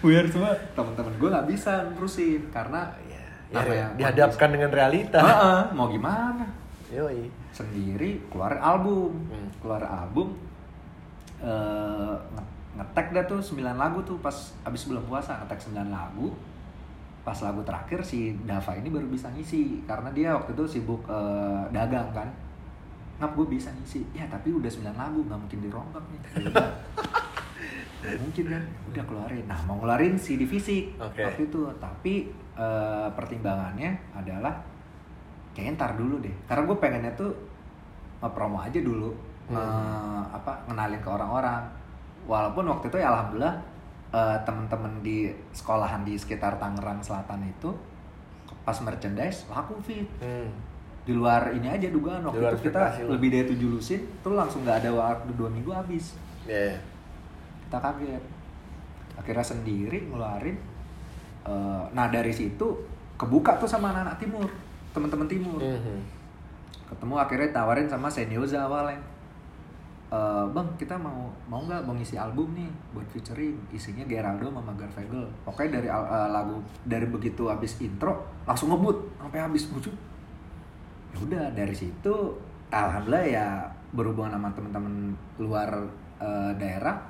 B: buyar semua teman-teman gue nggak bisa nerusin karena
A: ya, ya,
B: apa ya,
A: dihadapkan dengan realita.
B: Heeh, mau gimana
A: Yoi.
B: sendiri keluar album
A: Hmm.
B: keluar album eh, nge- ngetek dah tuh 9 lagu tuh pas abis bulan puasa ngetek 9 lagu pas lagu terakhir si Dava ini baru bisa ngisi karena dia waktu itu sibuk eh, dagang kan ngap gue bisa ngisi ya tapi udah 9 lagu nggak mungkin dirombak nih Nggak mungkin kan udah keluarin nah mau ngeluarin CD fisik
A: Oke.
B: waktu itu tapi eh, pertimbangannya adalah kayaknya ntar dulu deh karena gue pengennya tuh nge-promo aja dulu
A: Hmm.
B: Eh, apa ngenalin ke orang-orang walaupun waktu itu ya alhamdulillah eh, temen-temen di sekolahan di sekitar Tangerang Selatan itu pas merchandise laku fit
A: Hmm.
B: di luar ini aja dugaan
A: Di
B: waktu
A: luar
B: itu kita
A: ekspektasi lu.
B: lebih dari tujuh lusin tuh langsung nggak ada waktu dua minggu habis
A: Ya.
B: kita kaget akhirnya sendiri ngeluarin Eh, nah dari situ kebuka tuh sama anak-anak timur teman-teman timur
A: Mhm.
B: ketemu akhirnya tawarin sama Senioza awalnya Eh, bang kita mau mau nggak mau ngisi album nih buat featuring isinya Geraldo sama Garfagel pokoknya dari al- eh, lagu dari begitu habis intro langsung ngebut sampai habis bujuk ya udah dari situ alhamdulillah ya berhubungan sama temen-temen luar eh, daerah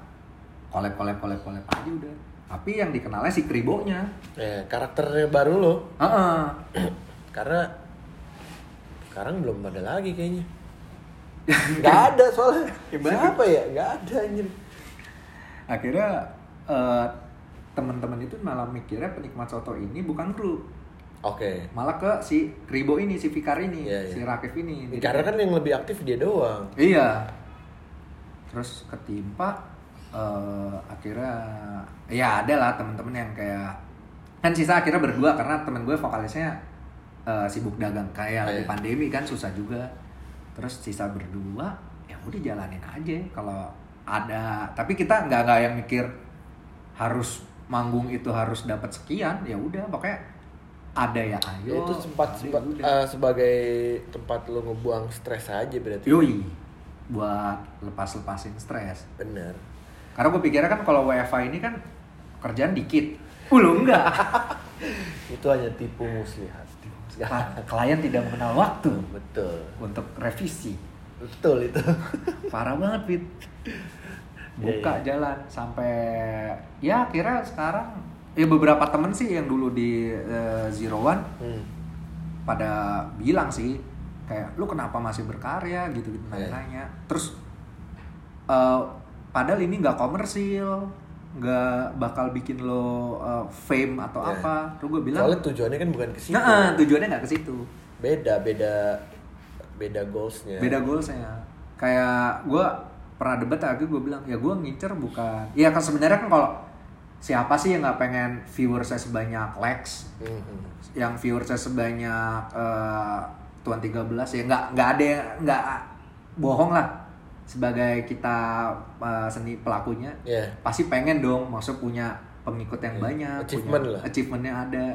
B: kolab kolab kolab kolab aja udah tapi yang dikenalnya si kribonya
A: Ya, karakter baru lo.
B: Heeh.
A: Karena sekarang belum ada lagi kayaknya. Gak ada soalnya.
B: Gimana?
A: Siapa ya? Gak ada anjir.
B: akhirnya eh, teman-teman itu malah mikirnya penikmat soto ini bukan grup
A: Oke.
B: malah ke si Kribo ini si Fikar ini
A: Iya, iya.
B: si Rakif ini Jadi-
A: Karena kan yang lebih aktif dia doang.
B: iya terus ketimpa eh, akhirnya ya ada lah teman-teman yang kayak kan sisa akhirnya berdua karena temen gue vokalisnya eh, sibuk dagang kayak
A: Iya.
B: lagi pandemi kan susah juga terus sisa berdua ya udah jalanin aja kalau ada tapi kita nggak nggak yang mikir harus manggung itu harus dapat sekian ya udah pokoknya ada ya
A: Ya,
B: ayo
A: itu sempat
B: ada ya
A: sempat
B: udah.
A: eh, sebagai tempat lo ngebuang stres aja berarti.
B: Yoi, buat lepas-lepasin stres.
A: Bener.
B: Karena gue pikirnya kan kalau WFA ini kan kerjaan dikit. Uh, lo enggak.
A: Itu hanya tipu muslihat.
B: Pa- Klien tidak mengenal waktu
A: Betul.
B: untuk revisi.
A: Betul itu.
B: Parah banget, Fit. Buka jalan sampai ya kira sekarang ya beberapa temen sih yang dulu di eh, Zero One
A: Hmm.
B: pada bilang sih kayak lu kenapa masih berkarya gitu gitu
A: Iya.
B: nanya terus eh, padahal ini nggak komersil nggak bakal bikin lo eh, fame atau
A: Iya.
B: apa terus gue bilang
A: Soalnya tujuannya kan bukan ke situ.
B: nah tujuannya nggak ke situ
A: Beda, beda beda goalsnya.
B: beda goalsnya kayak gue pernah debat akhirnya gue bilang ya gue ngincer bukan ya kan sebenarnya kan kalau siapa sih yang nggak pengen viewersnya sebanyak likes
A: Mhm.
B: yang viewersnya sebanyak eh, tuan 13 ya nggak nggak ada yang- nggak bohong lah sebagai kita eh, seni pelakunya
A: Ya.
B: pasti pengen dong maksud punya pengikut yang
A: Iya,
B: banyak
A: achievement
B: punya
A: lah.
B: achievementnya ada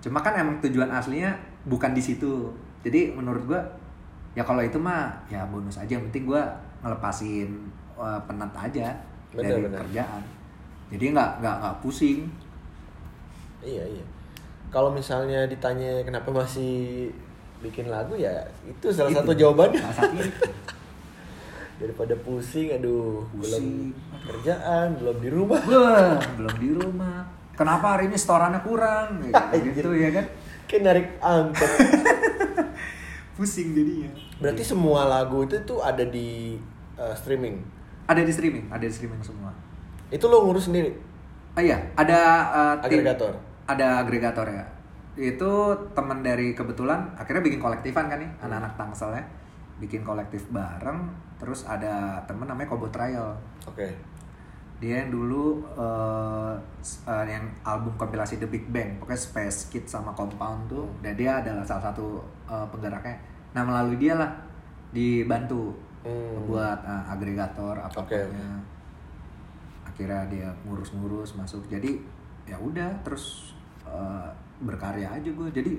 B: cuma kan emang tujuan aslinya bukan di situ jadi menurut gua ya kalau itu mah ya bonus aja yang penting gua ngelepasin eh, penat aja
A: Bener,
B: dari
A: bener.
B: kerjaan jadi nggak nggak nggak pusing
A: Iya, iya. Kalau misalnya ditanya kenapa masih bikin lagu ya itu salah
B: Itu. Nah.
A: satu jawabannya
B: Salah satu itu.
A: daripada pusing aduh
B: Pusing.
A: belum kerjaan belum di rumah
B: Beuh, belum di rumah. Kenapa hari ini storannya kurang? Ya, gitu ya kan?
A: kayak narik angkot
B: Pusing jadinya.
A: berarti semua lagu itu tuh ada di eh, streaming
B: Ada di streaming, ada di streaming semua.
A: itu lo ngurus sendiri
B: Ah iya, ada eh, tim-
A: Agregator.
B: Ada agregator ya. Itu teman dari kebetulan akhirnya bikin kolektifan kan nih, anak-anak Tangsel ya. Bikin kolektif bareng, terus ada temen namanya Kobo Trial.
A: oke
B: Dia yang dulu eh, s- eh, yang album kompilasi The Big Bang, pokoknya Space Kids sama Compound tuh, dan dia adalah salah satu eh, penggeraknya. Nah melalui dia lah dibantu
A: Hmm.
B: buat eh, agregator apa
A: Oke,
B: apanya. Akhirnya dia ngurus-ngurus masuk. Jadi ya udah terus eh, berkarya aja gue. Jadi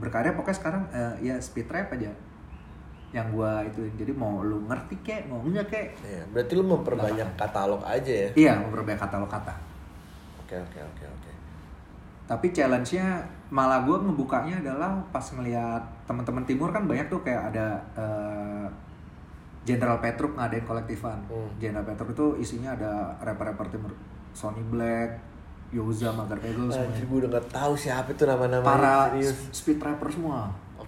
B: berkarya pokoknya sekarang eh, ya speed rap aja. yang gua ituin jadi mau lu ngerti kek mau enggak kek
A: Iya, berarti lu memperbanyak
B: Nah.
A: katalog aja ya.
B: iya memperbanyak kata lo kata
A: Oke, oke, oke, oke.
B: tapi challenge-nya malah gua ngebukanya adalah pas ngelihat teman-teman timur kan banyak tuh kayak ada eh, Jenderal Petruk ngadain kolektifan.
A: Hmm.
B: Jenderal Petruk itu isinya ada rapper-rapper timur, Sony Black, Yoza, Magar Pegel semuanya.
A: Anjir, gue udah gak tahu siapa itu nama-nama
B: para
A: serius.
B: s- speed rapper semua.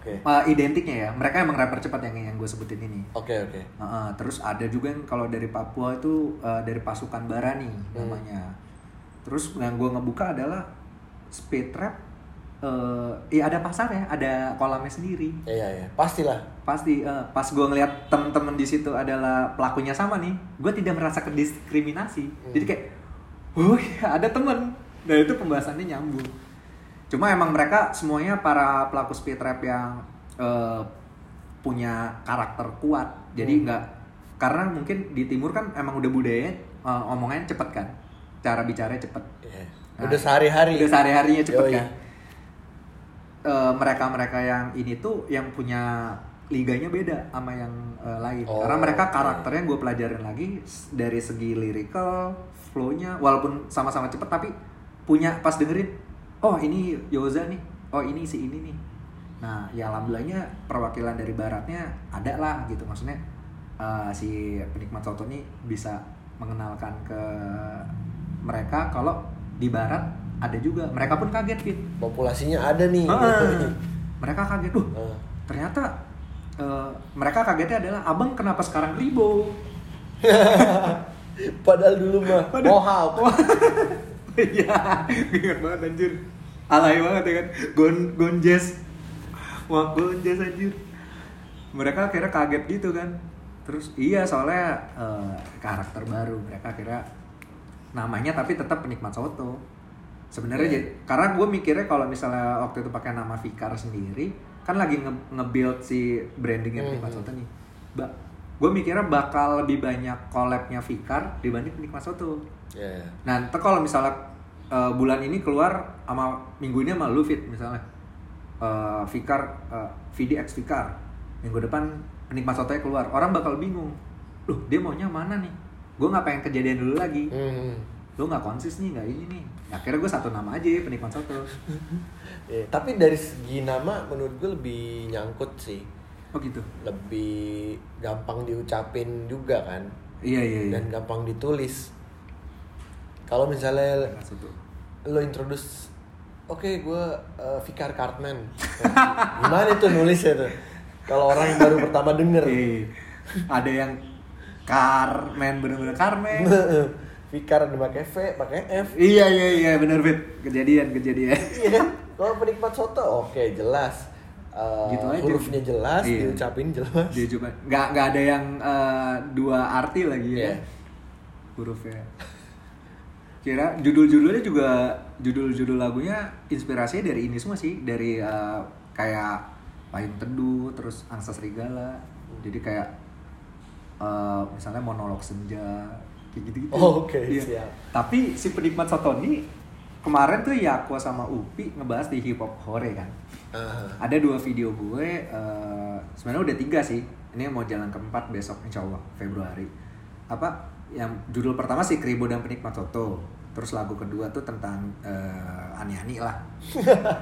A: Oke.
B: Uh, identiknya ya, mereka emang rapper cepat yang yang gue sebutin ini.
A: Oke, oke.
B: Uh, uh, terus ada juga yang kalau dari Papua itu uh, dari pasukan Barani namanya. Terus yang gue ngebuka adalah speed rap. eh ya ada pasarnya, ada kolamnya sendiri.
A: Iya, Iya, iya. Pastilah.
B: Pasti eh, pas gue ngeliat temen-temen di situ adalah pelakunya sama nih, gue tidak merasa kediskriminasi.
A: Hmm.
B: Jadi kayak, oh iya, ada temen. Dan itu pembahasannya nyambung. Cuma emang mereka semuanya para pelaku speed rap yang eh, punya karakter kuat. Jadi
A: Hmm.
B: nggak karena mungkin di timur kan emang udah budayanya eh, omongannya cepet kan, cara bicaranya cepet.
A: Iya.
B: Nah,
A: udah sehari-hari.
B: Udah sehari-harinya cepet
A: Iya. Yoi.
B: kan. Eh, mereka-mereka yang ini tuh yang punya liganya beda sama yang eh, lain.
A: Oh,
B: Karena mereka
A: oke.
B: karakternya gue pelajarin lagi s- dari segi lyrical, flow-nya walaupun sama-sama cepet tapi punya pas dengerin, oh ini Yoza nih, oh ini si ini nih. Nah, ya alhamdulillahnya perwakilan dari baratnya ada lah gitu maksudnya eh, si penikmat soto ini bisa mengenalkan ke mereka kalau di barat ada juga. Mereka pun kaget, Fit.
A: Populasinya ada nih. Nah.
B: Heeh. gitu. mereka kaget, "Duh,
A: Heeh.
B: ternyata eh, mereka kagetnya adalah abang kenapa sekarang ribo
A: Padahal dulu mah
B: Padahal-
A: mohal.
B: iya gue ingat banget anjir alay banget ya kan Gon gonjes wah gonjes anjir mereka akhirnya kaget gitu kan terus iya soalnya eh, karakter baru mereka akhirnya namanya tapi tetap penikmat soto sebenarnya jadi karena gue mikirnya kalau misalnya waktu itu pakai nama Fikar sendiri kan lagi nge, build si brandingnya
A: Hmm,
B: penikmat
A: hmm.
B: soto nih ba gue mikirnya bakal lebih banyak collabnya Fikar dibanding penikmat soto
A: Iya, iya.
B: Nah, ntar kalau misalnya eh, bulan ini keluar sama minggu ini sama lu fit misalnya. Eh, Fikar eh, VDX Fikar. Minggu depan penikmat sotonya keluar. Orang bakal bingung. Loh, dia maunya mana nih? Gue nggak pengen kejadian dulu lagi.
A: Hmm.
B: Lu nggak konsis nih, nggak ini nih. Ya, Akhirnya gue satu nama aja ya, penikmat soto.
A: Iya, Tapi dari segi nama menurut gue lebih nyangkut sih.
B: Oh gitu.
A: Lebih gampang diucapin juga kan.
B: Iya iya iya.
A: Dan gampang ditulis. Kalau misalnya
B: Penikmat soto.
A: lo introduce oke gue Fikar Cartman gimana itu nulisnya tuh kalau orang yang baru pertama denger
B: Iya. Ada yang Carmen bener-bener Carmen.
A: Fikar dipakai V pakai F
B: iya iya iya bener fit. Kejadian kejadian.
A: iya kan kalau penikmat soto oke jelas Eh,
B: Gitu aja.
A: hurufnya jelas
B: Iya.
A: diucapin jelas
B: dia coba nggak nggak ada yang eh, dua arti lagi ya
A: Iya.
B: hurufnya kira judul-judulnya juga judul-judul lagunya inspirasinya dari ini semua sih dari eh, kayak payung teduh terus angsa serigala jadi kayak eh, misalnya monolog senja kayak gitu gitu
A: Oh, oke, siap.
B: tapi si penikmat satoni kemarin tuh Yakwa sama Upi ngebahas di hip hop hore kan
A: Ah,
B: ada dua video gue eh, sebenarnya udah tiga sih ini mau jalan keempat besok insya Allah Februari apa yang judul pertama sih Kribo dan Penikmat Soto terus lagu kedua tuh tentang eh, ani-ani lah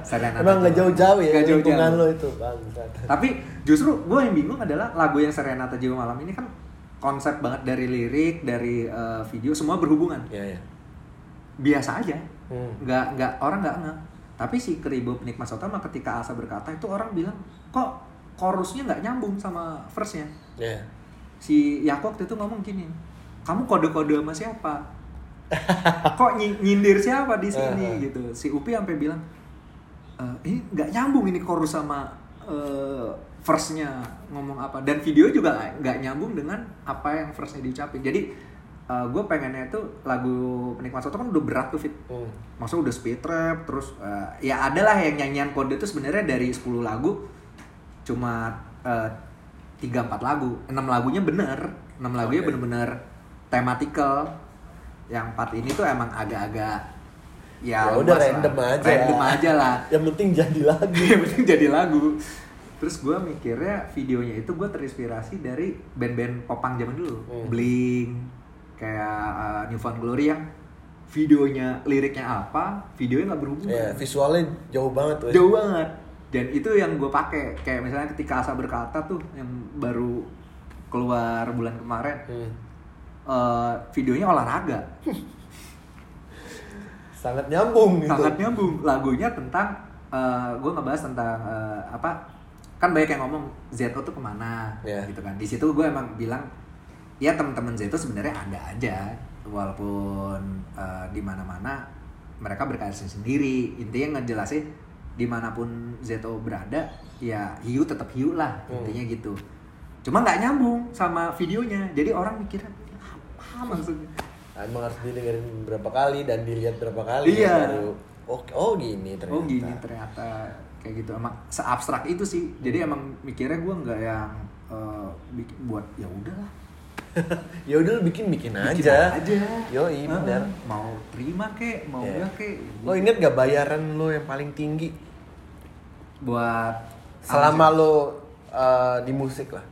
B: Sarjana
A: emang nggak jauh-jauh ya
B: nah, Nggak
A: lingkungan
B: jauh-jauh.
A: lo itu bangsat
B: Tapi justru gue yang bingung adalah lagu yang Serenata Jiwa Malam ini kan konsep banget dari lirik, dari eh, video semua berhubungan.
A: ya ya
B: Biasa aja.
A: Hmm.
B: Nggak nggak orang nggak nge. Tapi si Keribo Penikmat Soto mah ketika Asa berkata itu orang bilang kok chorusnya nggak nyambung sama verse-nya.
A: ya
B: Si Yako waktu itu ngomong gini, kamu kode-kode sama siapa? kok nyi- nyindir siapa di sini
A: Eh, eh.
B: gitu. Si Upi sampai bilang, "Eh, ini nggak nyambung ini chorus sama eh, verse-nya ngomong apa dan video juga nggak- nggak nyambung dengan apa yang verse-nya diucapin. Jadi gue pengennya itu lagu penikmat soto kan udah berat tuh fit
A: Hmm.
B: maksudnya udah speed rap terus eh, ya adalah yang nyanyian kode itu sebenarnya dari 10 lagu cuma eh, tiga empat lagu enam lagunya bener enam lagunya
A: Oke.
B: bener-bener tematikal yang part ini tuh emang agak-agak ya,
A: Ya udah
B: luas lah.
A: random aja
B: random aja lah
A: yang penting jadi lagu
B: yang penting jadi lagu Terus gue mikirnya videonya itu gue terinspirasi dari band-band popang zaman dulu,
A: Hmm.
B: Blink, kayak uh, New Found Glory yang videonya liriknya apa, videonya nggak berhubungan,
A: Iya, visualnya jauh banget weh.
B: jauh banget. Dan itu yang gue pakai, kayak misalnya ketika Asa berkata tuh yang baru keluar bulan kemarin,
A: Hmm.
B: eh, videonya olahraga,
A: Sangat nyambung gitu.
B: sangat nyambung. Lagunya tentang gue ngebahas tentang eh, apa? Kan banyak yang ngomong ZO tuh kemana,
A: Iya.
B: gitu kan. Di situ gue emang bilang, ya teman-teman ZO sebenarnya ada aja, walaupun eh, di mana-mana mereka berkarya sendiri. Intinya ngejelasin dimanapun ZO berada, ya hiu tetap hiu lah
A: Hmm.
B: intinya gitu. Cuma nggak nyambung sama videonya, jadi orang mikirnya apa maksudnya?
A: Nah, emang harus didengerin berapa kali dan dilihat berapa kali
B: Iya.
A: ya, baru oh, oh gini ternyata.
B: Oh gini ternyata kayak gitu emang seabstrak itu sih. Jadi
A: Hmm.
B: emang mikirnya gue nggak yang eh, bikin buat ya udahlah.
A: ya udah lu bikin-bikin
B: bikin
A: aja.
B: aja.
A: Yoi,
B: Eh,
A: bener.
B: Mau terima kek, mau
A: Iya.
B: nggak kek.
A: Lo inget gak bayaran lo yang paling tinggi
B: buat
A: selama lo uh, di musik lah?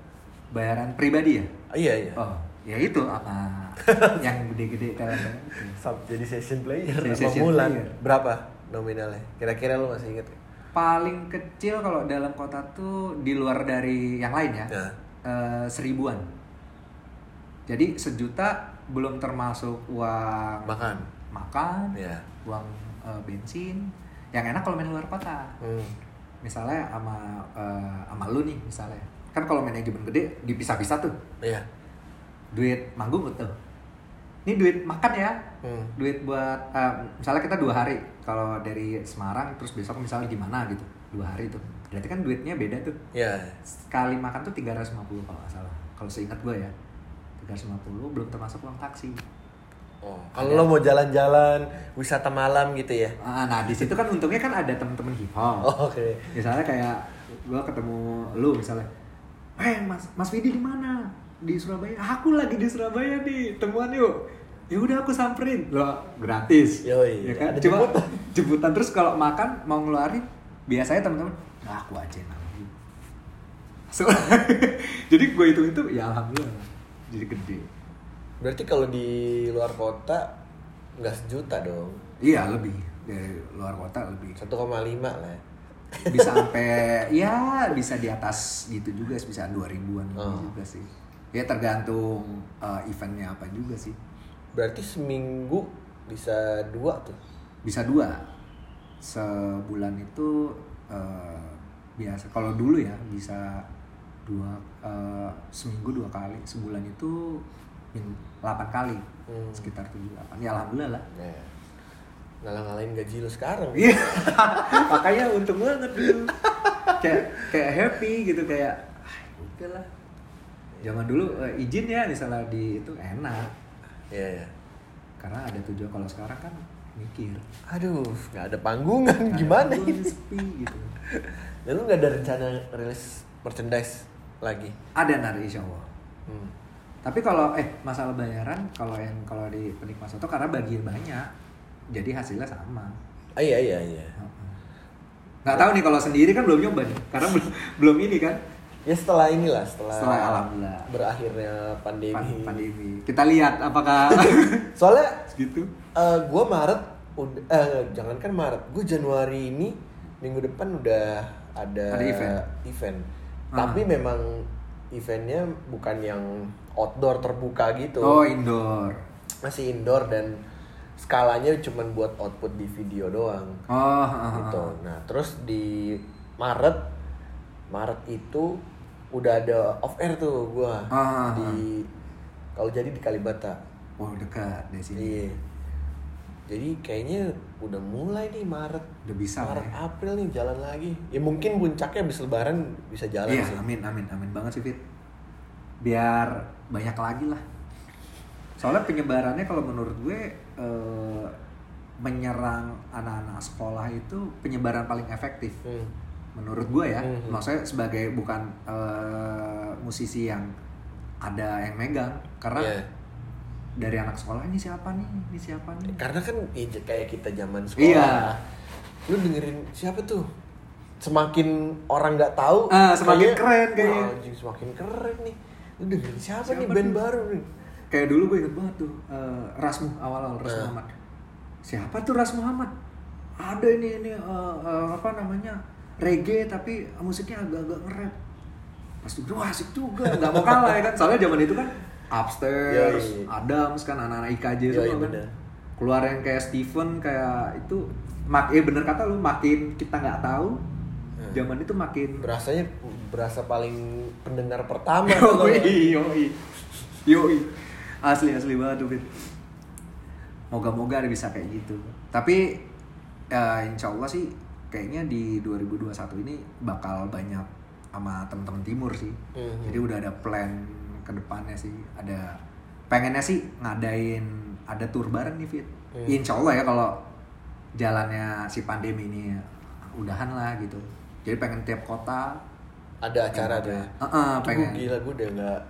B: bayaran pribadi ya.
A: Ah, Iya iya.
B: Oh ya itu apa yang gede-gede talent
A: Sam- Jadi session player
B: Jadi
A: sama
B: session
A: Mulan.
B: player.
A: Berapa nominalnya? Kira-kira lo masih inget? nggak?
B: paling kecil kalau dalam kota tuh di luar dari yang lain ya
A: Ya.
B: eh, seribuan jadi sejuta belum termasuk uang
A: Makan.
B: makan
A: Iya.
B: uang eh, bensin yang enak kalau main luar kota
A: Hmm.
B: misalnya sama eh, sama lu nih misalnya kan kalau main event gede dipisah-pisah tuh
A: Iya.
B: duit manggung betul ini duit makan ya
A: Hmm.
B: duit buat eh, misalnya kita dua hari kalau dari Semarang terus besok misalnya gimana gitu dua hari tuh berarti kan duitnya beda tuh
A: Iya.
B: sekali makan tuh 350 kalau nggak salah kalau seingat gue ya 350 belum termasuk uang taksi
A: Oh. Kalau lo mau jalan-jalan wisata malam gitu ya?
B: Ah, nah di situ kan untungnya kan ada temen-temen hip hop
A: Oh, Oke.
B: misalnya Ya, kayak gue ketemu lu misalnya eh mas mas Vidi di mana di Surabaya aku lagi di Surabaya nih temuan yuk ya udah aku samperin lo gratis
A: Yoi,
B: ya
A: ada
B: kan cuma
A: jemputan.
B: jemputan. terus kalau makan mau ngeluarin biasanya teman-teman nah, aku aja nanti so, jadi gue itu itu ya alhamdulillah jadi gede
A: Berarti kalau di luar kota nggak sejuta dong.
B: iya lebih dari luar kota lebih
A: 1,5 lah. ya.
B: bisa sampai ya bisa di atas gitu juga sih, bisa 2000-an gitu
A: Oh.
B: juga sih ya tergantung uh, eventnya apa juga sih
A: Berarti seminggu bisa dua tuh.
B: bisa dua sebulan itu uh, biasa kalau dulu ya bisa dua uh, seminggu dua kali sebulan itu min- 8 kali
A: Hmm.
B: sekitar 7 8 ya alhamdulillah lah
A: Nah, ngalah-ngalahin gaji lo sekarang. Iya,
B: Iya. Makanya untung banget dulu. kayak kayak happy gitu kayak ah, udahlah. Zaman dulu eh, izin ya misalnya di itu enak.
A: Iya, iya.
B: Karena ada tujuan kalau sekarang kan mikir.
A: Aduh, nggak ada panggungan gimana
B: Aduh,
A: ini?
B: Sepi gitu.
A: Dan lu nggak ada rencana rilis merchandise lagi?
B: Ada nari insya Allah.
A: Hmm.
B: Tapi kalau eh masalah bayaran kalau yang kalau di penikmat soto karena bagian banyak. Jadi hasilnya sama.
A: Ah, iya, iya, iya.
B: Nggak tahu nih kalau sendiri kan belum nyoba nih. Karena belum belum ini kan.
A: Ya setelah inilah, setelah,
B: Setelah alhamdulillah.
A: berakhirnya pandemi.
B: Pan- pandemi. Kita lihat apakah
A: Soalnya
B: gitu.
A: eh gue Maret, ud- eh, jangankan Maret, gue Januari ini minggu depan udah ada,
B: Ada event?
A: event.
B: Ah.
A: Tapi memang eventnya bukan yang outdoor terbuka gitu,
B: Oh indoor.
A: masih indoor dan skalanya cuman buat output di video doang
B: Oh.
A: gitu. Nah terus di Maret, Maret itu udah ada off air tuh gue
B: Ah.
A: di kalau jadi di Kalibata.
B: Wow Oh, dekat dari sini.
A: Iya. Jadi kayaknya udah mulai nih Maret.
B: Udah bisa lah
A: Maret
B: ya.
A: April nih jalan lagi. Ya mungkin puncaknya habis lebaran bisa jalan
B: Iya
A: sih.
B: amin amin amin banget sih Fit. Biar banyak lagi lah. Soalnya penyebarannya kalau menurut gue eh, menyerang anak-anak sekolah itu penyebaran paling efektif.
A: Hmm.
B: Menurut gue ya.
A: Mhm.
B: Maksudnya sebagai bukan eh, musisi yang ada yang megang karena
A: Iya.
B: dari anak sekolah ini siapa nih ini siapa nih
A: Karena kan ya, j- kayak kita zaman sekolah.
B: Iya.
A: Lu dengerin siapa tuh? semakin orang nggak tahu
B: Ah, semakin
A: kayaknya,
B: keren kayaknya.
A: "Wah, anjing, semakin keren nih lu dengerin siapa,
B: Siapa
A: nih band
B: nih?
A: baru nih
B: Kayak dulu gue inget banget tuh eh, Rasmu awal-awal Ras
A: Eh.
B: Muhammad. Siapa tuh Ras Muhammad? Ada ini ini eh, eh, apa namanya reggae tapi musiknya agak-agak nge-rap. Pas itu wah asik juga, nggak mau kalah ya kan. Soalnya zaman itu kan upstairs,
A: Yoi.
B: Adams kan anak-anak IKJ
A: Yoi,
B: semua kan.
A: bener.
B: Keluar yang kayak Steven kayak itu mak eh bener kata lu makin kita nggak tahu
A: Hmm.
B: zaman itu makin
A: berasanya berasa paling pendengar pertama
B: Oh,
A: tau gak?
B: yoi yoi yoi asli asli banget tuh Fit. moga-moga ada bisa kayak gitu tapi ya insya Allah sih kayaknya di 2021 ini bakal banyak sama temen-temen timur sih
A: Mhm.
B: jadi udah ada plan ke depannya sih ada pengennya sih ngadain ada tour bareng nih Fit
A: Hmm.
B: insya Allah ya kalau jalannya si pandemi ini udahan lah gitu jadi pengen tiap kota
A: ada acara tuh ya
B: Eh, eh,
A: Tuh,
B: pengen
A: gila gue udah nggak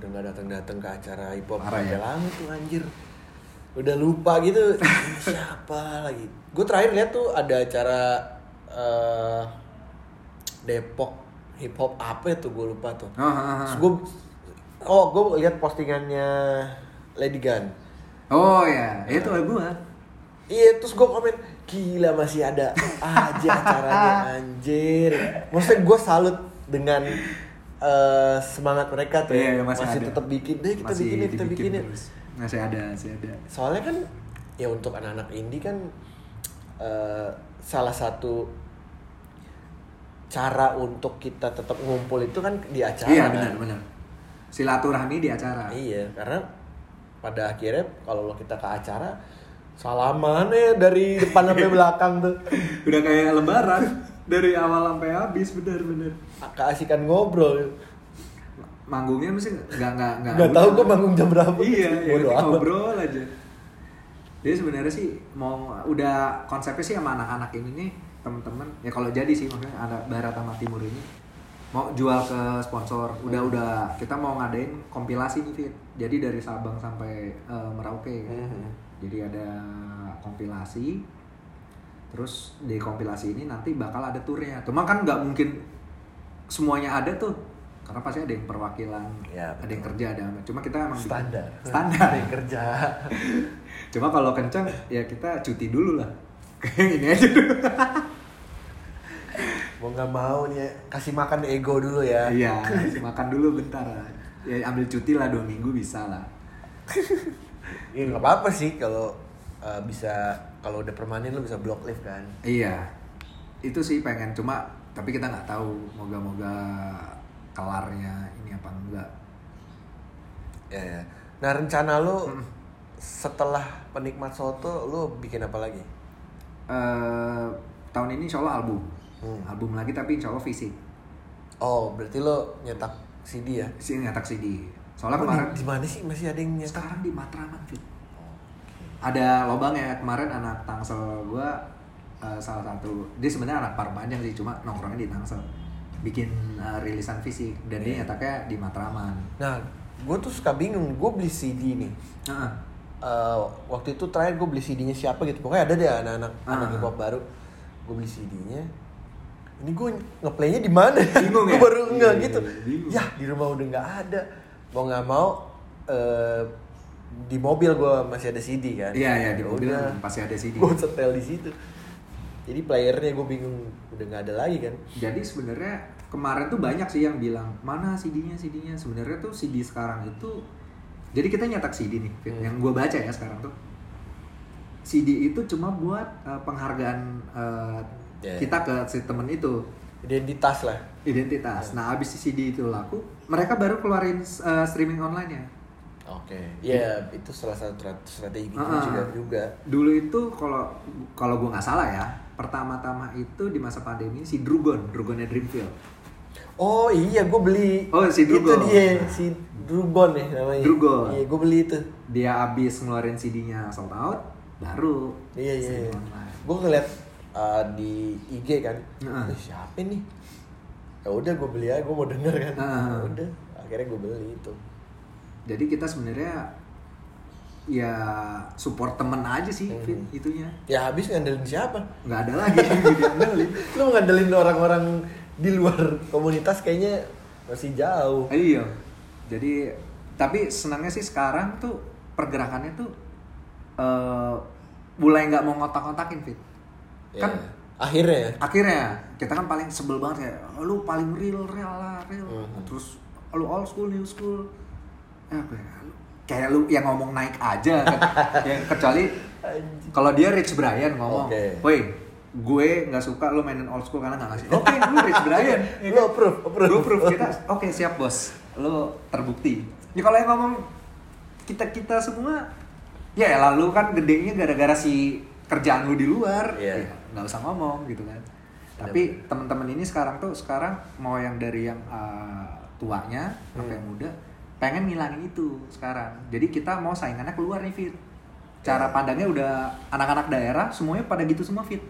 A: udah nggak datang datang ke acara hip hop
B: Parah
A: udah
B: ya?
A: lama tuh anjir udah lupa gitu Ini siapa lagi gue terakhir lihat tuh ada acara eh, Depok hip hop apa ya tuh gue lupa tuh
B: Ah, ah, ah.
A: Terus gue oh gue lihat postingannya Lady Gun
B: Oh ya, itu lagu gua.
A: Iya, terus gue komen, gila masih ada aja acaranya anjir. Maksudnya gue salut dengan eh, semangat mereka tuh. ya.
B: Iya, iya, masih, ada.
A: tetap bikin deh, Iya, kita
B: Masih
A: bikin deh, kita
B: dibikin
A: bikin deh.
B: terus. Masih ada, masih ada.
A: Soalnya kan ya untuk anak-anak indie kan eh, salah satu cara untuk kita tetap ngumpul itu kan di acara.
B: Iya,
A: kan?
B: benar, benar. Silaturahmi di acara.
A: Iya, karena pada akhirnya kalau kita ke acara salaman ya dari depan sampai belakang tuh.
B: Udah kayak lebaran dari awal sampai habis, benar, benar.
A: keasikan ngobrol
B: Manggungnya mesti nggak nggak nggak.
A: nggak tahu gue bangun jam berapa
B: Iya, iya,
A: Bodo amat.
B: ngobrol aja. Jadi sebenarnya sih mau udah konsepnya sih sama anak-anak ini nih temen-temen ya kalau jadi sih maksudnya ada barat sama timur ini mau jual ke sponsor udah
A: Hmm.
B: udah kita mau ngadain kompilasi nih Fit jadi dari Sabang sampai eh, Merauke kan.
A: Mhm.
B: jadi ada kompilasi terus di kompilasi ini nanti bakal ada turnya cuma kan nggak mungkin semuanya ada tuh karena pasti ada yang perwakilan
A: Ya,
B: ada yang kerja ada cuma kita emang
A: standar
B: standar
A: Dari kerja
B: Cuma kalau kencang ya kita cuti dulu lah. Kayak ini aja dulu.
A: mau nggak mau nih ya, kasih makan ego dulu ya
B: Iya, kasih makan dulu bentar. lah. Ya ambil cuti lah dua minggu bisa lah.
A: ya nggak apa apa sih kalau uh, bisa kalau udah permanen lo bisa block lift kan
B: Iya. Itu sih pengen cuma tapi kita nggak tahu moga-moga kelarnya ini apa enggak.
A: ya, ya. nah rencana lo
B: Hmm.
A: setelah penikmat soto lo bikin apa lagi
B: eh tahun ini insya Allah album.
A: Hmm.
B: Album lagi tapi insya Allah fisik.
A: oh berarti lo nyetak CD ya
B: Sini nyetak CD.
A: Lo
B: Soalnya
A: di,
B: kemarin
A: di mana sih masih ada yang nyetak
B: sekarang di Matraman
A: Oh,
B: Fit. ada lobang ya kemarin anak tangsel gua eh, salah satu dia sebenarnya anak parmanjang sih cuma nongkrongnya di tangsel bikin eh, rilisan fisik dan dia
A: Iya.
B: nyetaknya di Matraman
A: nah gue tuh suka bingung gue beli CD nih
B: Heeh.
A: Eh, waktu itu terakhir gue beli CD-nya siapa gitu pokoknya ada deh anak-anak anak
B: Ah.
A: hip hop baru gue beli CD-nya ini gue ngeplaynya di mana
B: Bingung
A: gue
B: ya?
A: baru enggak
B: Iya,
A: gitu
B: bingung.
A: ya di rumah udah nggak ada mau nggak mau eh, di mobil gue masih ada CD kan
B: iya iya di
A: Ya
B: mobil
A: udah
B: pasti ada CD
A: gue setel di situ jadi playernya gue bingung udah nggak ada lagi kan
B: jadi sebenarnya kemarin tuh banyak sih yang bilang mana CD-nya CD-nya sebenarnya tuh CD sekarang itu jadi kita nyetak CD nih Fit.
A: Hmm.
B: yang gue baca ya sekarang tuh CD itu cuma buat eh, penghargaan eh,
A: Yeah.
B: kita ke si temen itu
A: identitas lah
B: identitas. Nah, abis si CD itu laku, mereka baru keluarin uh, streaming online ya.
A: oke Iya, itu salah satu strat- strategi kita
B: Ah.
A: juga juga
B: Dulu itu kalau kalau gua nggak salah ya, pertama-tama itu di masa pandemi si Drugon, Drugonnya Dreamfield.
A: Oh iya, gue beli.
B: Oh, si
A: Itu
B: Drugon.
A: dia, si Drugon ya namanya.
B: Drugon.
A: Iya, gue beli itu.
B: Dia abis ngeluarin CD-nya sold out, baru
A: Iya iya.
B: streaming
A: iya.
B: online.
A: Gue ngeliat uh, di IG kan,
B: Heeh.
A: "Eh, siapa nih? Ya udah gue beli aja, gue mau denger kan.
B: Heeh.
A: Ya udah, akhirnya gue beli itu.
B: Jadi kita sebenarnya ya support temen aja sih
A: Iya,
B: Fit itunya
A: Ya habis ngandelin siapa?
B: nggak ada lagi yang diandelin
A: Lu ngandelin orang-orang di luar komunitas kayaknya masih jauh.
B: iya jadi tapi senangnya sih sekarang tuh pergerakannya tuh eh mulai nggak mau ngotak-ngotakin Fit
A: Ya.
B: kan
A: Akhirnya ya.
B: akhirnya kita kan paling sebel banget kayak "Oh, lu paling real real lah real terus "Oh, lu old school new school ya gue kayak lu yang ngomong naik aja kan. ya, kecuali kalau dia Rich Brian ngomong
A: Oke.
B: woi gue nggak suka lu mainin old school karena nggak ngasih oke lu Rich Brian ya
A: Lu
B: kan?
A: approve, approve.
B: Lu approve. kita oke siap bos lu terbukti ya kalau yang ngomong kita kita semua ya lalu kan gedenya gara-gara si kerjaan lu di luar
A: Iya.
B: Ya, nggak usah ngomong gitu kan tapi teman-teman ini sekarang tuh sekarang mau yang dari yang uh, tuanya
A: Iya.
B: sampai yang muda pengen ngilangin itu sekarang jadi kita mau saingannya keluar nih fit
A: Iya.
B: cara pandangnya udah anak-anak daerah semuanya pada gitu semua fit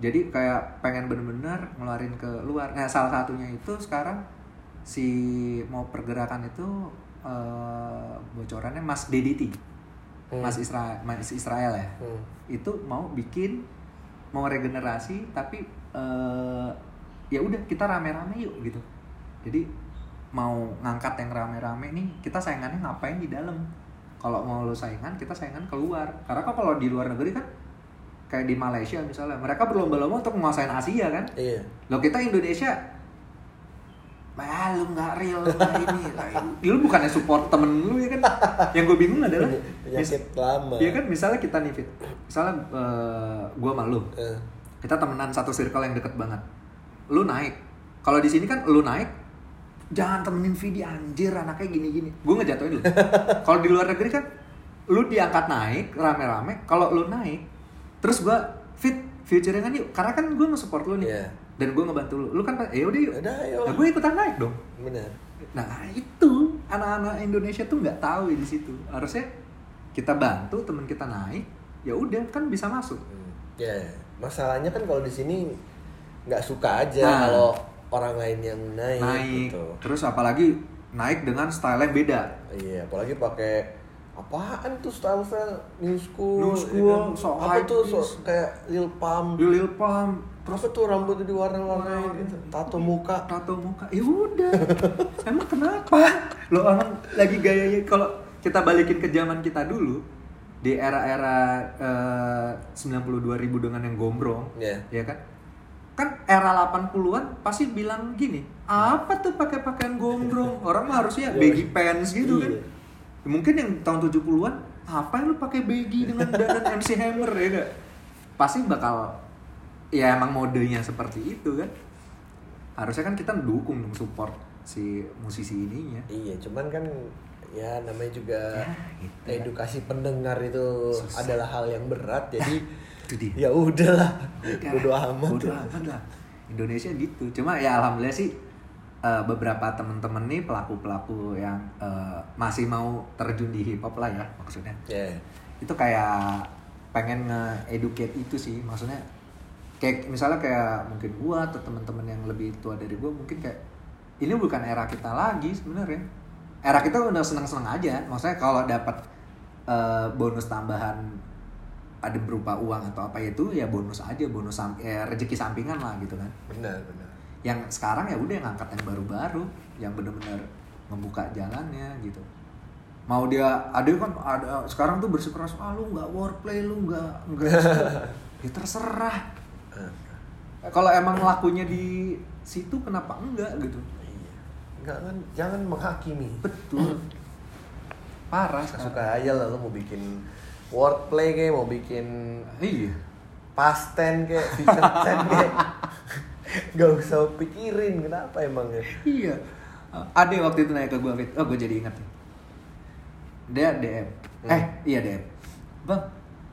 B: jadi kayak pengen bener-bener ngeluarin ke luar nah salah satunya itu sekarang si mau pergerakan itu eh, bocorannya Mas DDT
A: Hmm.
B: Mas Israel Mas Israel ya
A: Hmm.
B: itu mau bikin mau regenerasi tapi eh, ya udah kita rame-rame yuk gitu jadi mau ngangkat yang rame-rame nih kita saingannya ngapain di dalam kalau mau lo saingan kita saingan keluar karena kan kalau di luar negeri kan kayak di Malaysia misalnya mereka berlomba-lomba untuk menguasai Asia kan
A: Iya.
B: lo kita Indonesia Bah, lu nggak real lu nggak ini Lah, lu bukannya support temen lu ya kan yang gue bingung adalah
A: Peny- Penyakit lama.
B: kan? Iya kan misalnya kita nih Fit, misalnya eh, gua sama lu,
A: Eh,
B: kita temenan satu circle yang deket banget. Lu naik. Kalau di sini kan lu naik, jangan temenin Vidi anjir anaknya gini-gini. Gua ngejatuhin lu. Kalau di luar negeri kan lu diangkat naik rame-rame, kalau lu naik terus gua Fit future-nya kan yuk, karena kan gua nge-support lu nih.
A: Iya.
B: Dan gua ngebantu lu. Lu kan ya udah yuk.
A: Udah, ayo.
B: Nah, gua ikutan naik dong.
A: Benar.
B: Nah itu anak-anak Indonesia tuh nggak tahu ya di situ. Harusnya kita bantu teman kita naik, ya udah kan bisa masuk.
A: Hmm. Ya, masalahnya kan kalau di sini nggak suka aja
B: Nah.
A: kalau orang lain yang naik,
B: Naik.
A: gitu.
B: Terus apalagi naik dengan style yang beda.
A: Iya, apalagi pakai apaan tuh style new school,
B: New
A: ya
B: school,
A: kan?
B: so gitu.
A: apa
B: high
A: tuh so,
B: heels.
A: kayak lil pump,
B: Lil Lil Pump,
A: terus tuh rambutnya diwarna-warnain gitu, tato muka,
B: tato muka. Ya udah. Emang kenapa? Lo orang lagi gayanya kalau kita balikin ke zaman kita dulu di era-era eh, 92.000 dengan yang gombrong,
A: Iya.
B: ya kan? Kan era 80-an pasti bilang gini, apa tuh pakai pakaian gombrong? Orang mah harusnya baggy pants gitu kan.
A: Ya, Iya.
B: Mungkin yang tahun 70-an, apa yang lu pakai baggy dengan dandan MC Hammer ya gak? Pasti bakal ya emang modenya seperti itu kan. Harusnya kan kita dukung dong support si musisi ininya.
A: Iya, cuman kan ya namanya juga
B: gitu
A: edukasi pendengar itu
B: Susah.
A: adalah hal yang berat, jadi
B: Itu dia.
A: ya udahlah,
B: Udah,
A: bodo amat.
B: bodo amat lah. Indonesia gitu cuma ya alhamdulillah sih eh, beberapa temen-temen nih pelaku-pelaku yang eh, masih mau terjun di hip hop lah ya maksudnya
A: Ya,
B: itu kayak pengen nge-educate itu sih maksudnya kayak misalnya kayak mungkin gua atau teman-teman yang lebih tua dari gua mungkin kayak ini bukan era kita lagi sebenarnya era kita udah seneng-seneng aja maksudnya kalau dapat eh, bonus tambahan ada berupa uang atau apa itu ya bonus aja bonus sam- ya rezeki sampingan lah gitu kan
A: benar benar.
B: yang sekarang ya udah yang angkat yang baru-baru yang bener-bener ngebuka jalannya gitu mau dia ada kan ada sekarang tuh bersikeras ah lu nggak warplay lu nggak nggak ya terserah
A: Ah,
B: kalau emang lakunya di situ kenapa enggak gitu
A: iya. Enggak kan, jangan menghakimi.
B: betul parah sekarang.
A: Suka aja lah lo mau bikin wordplay kayak mau bikin
B: iya
A: past tense kayak future tense kayak gak usah pikirin kenapa ya. emangnya
B: iya ada yang waktu itu nanya ke gue Fit oh gue jadi ingat nih. dia DM
A: Hmm.
B: eh iya DM bang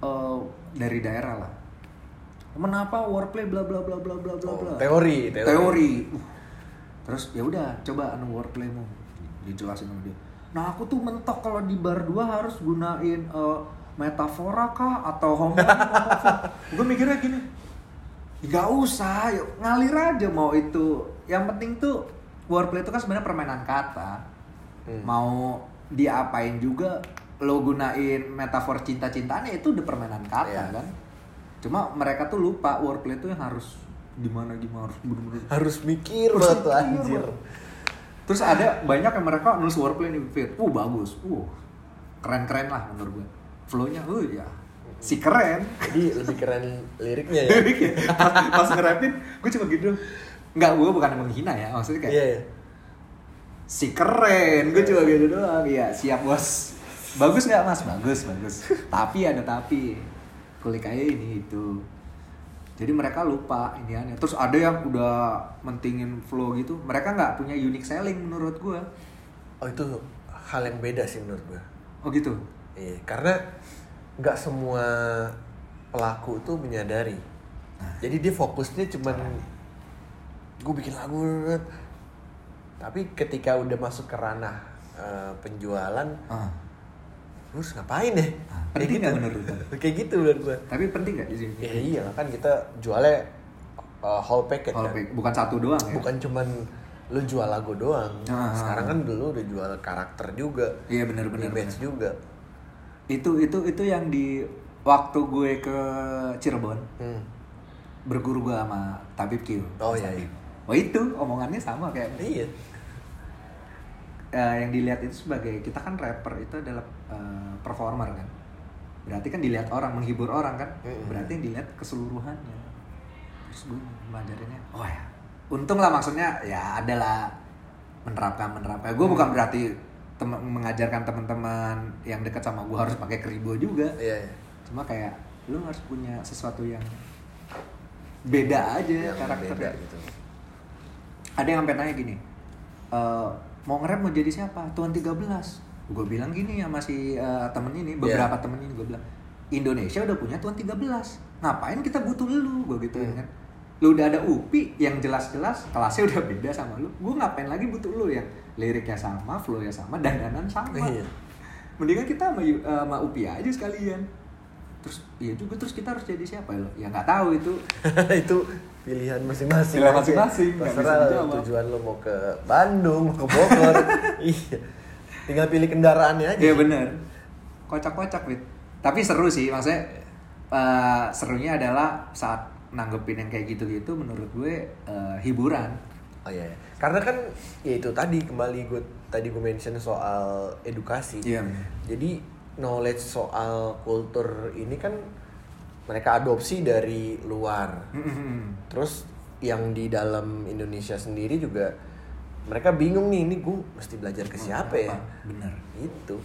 B: eh, dari daerah lah kenapa warplay bla bla bla bla bla bla
A: Oh,
B: bla
A: teori,
B: teori,
A: teori.
B: Uh. terus ya udah coba anu warplaymu dijelasin sama dia nah aku tuh mentok kalau di bar 2 harus gunain eh, metafora kah atau homo gue mikirnya gini nggak usah yuk ngalir aja mau itu yang penting tuh wordplay itu kan sebenarnya permainan kata
A: Hmm.
B: mau diapain juga lo gunain metafor cinta-cintaannya itu udah permainan kata
A: Iya.
B: kan. Cuma mereka tuh lupa wordplay tuh yang harus gimana gimana harus bener-bener
A: harus mikir banget
B: Harus
A: tuh
B: mikir
A: anjir
B: banget. Terus ada banyak yang mereka nulis wordplay nih, Fit. Uh, bagus. Uh, keren-keren lah menurut gue. Flow-nya, uh, ya. Si keren.
A: jadi lebih keren liriknya ya
B: pas, pas ngerapin, gue cuma gitu. Enggak, gue bukan menghina ya. Maksudnya kayak,
A: iya iya
B: si keren. Gue cuma gitu doang. Iya, siap bos. Bagus nggak mas? Bagus, bagus. tapi ada tapi. Kulik aja ini itu. Jadi mereka lupa iniannya. Terus ada yang udah mentingin flow gitu. Mereka nggak punya unique selling menurut gue.
A: oh itu hal yang beda sih menurut gue
B: Oh gitu.
A: iya karena nggak semua pelaku tuh menyadari
B: Nah.
A: jadi dia fokusnya cuman gue bikin lagu tapi ketika udah masuk ke ranah eh, penjualan
B: Ah.
A: terus ngapain ya?
B: Ah,
A: Kayak
B: penting nggak
A: gitu.
B: menurut lu?
A: Kayak gitu menurut gue.
B: Tapi penting gak izin?
A: Ya iya lah, kan kita jualnya uh, whole packet
B: Kalau
A: kan.
B: pe- bukan satu doang ya?
A: Bukan cuman lu jual lagu doang.
B: Ah.
A: Sekarang kan dulu udah jual karakter juga.
B: Iya bener-bener.
A: Image juga.
B: Itu itu itu yang di waktu gue ke Cirebon
A: Hmm.
B: berguru gue sama Tabib Kio.
A: Oh iya iya.
B: Oh itu omongannya sama kayak
A: Iya.
B: eh, yang dilihat itu sebagai kita kan rapper itu adalah eh, performer kan. Berarti kan dilihat orang menghibur orang kan.
A: Mm-mm.
B: Berarti yang dilihat keseluruhannya. Terus gue ngajarinnya, oh ya. Untung lah maksudnya ya adalah menerapkan menerapkan. Gue
A: Mm.
B: bukan berarti tem- mengajarkan teman-teman yang dekat sama gue harus pakai keribo juga.
A: Iya iya.
B: Cuma kayak lu harus punya sesuatu yang beda aja
A: Yang
B: karakternya.
A: beda gitu.
B: Ada yang sampai nanya gini, e, mau nge-rap mau jadi siapa? Tuan 13. Gue bilang gini ya masih temen ini, beberapa
A: Iya.
B: temen ini gue bilang, Indonesia udah punya Tuan 13. Ngapain kita butuh lu? Gue gitu
A: Iya.
B: kan. Lu udah ada UPI yang jelas-jelas kelasnya udah beda sama lu. Gue ngapain lagi butuh lu yang liriknya sama, flow-nya sama, dandanan sama.
A: Iya.
B: Mendingan kita sama, Yu- eh, sama UPI aja sekalian. Terus iya juga terus kita harus jadi siapa ya? lo? Ya nggak tahu itu.
A: itu pilihan masing-masing.
B: Pilihan
A: aja.
B: masing-masing, nggak bisa
A: Terserah
B: dijawab.
A: tujuan lu mau ke Bandung, mau ke Bogor. iya. Tinggal pilih kendaraannya aja.
B: Iya bener. Kocak-kocak Wit. Tapi seru sih maksudnya. eh, serunya adalah saat nanggepin yang kayak gitu-gitu menurut gue eh, hiburan.
A: Oh iya, iya. karena kan ya itu tadi kembali gue tadi gue mention soal edukasi.
B: Iya.
A: Jadi knowledge soal kultur ini kan mereka adopsi dari luar. Terus yang di dalam Indonesia sendiri juga mereka bingung nih ini gue mesti belajar ke siapa ya?
B: Oh, Bener.
A: Itu.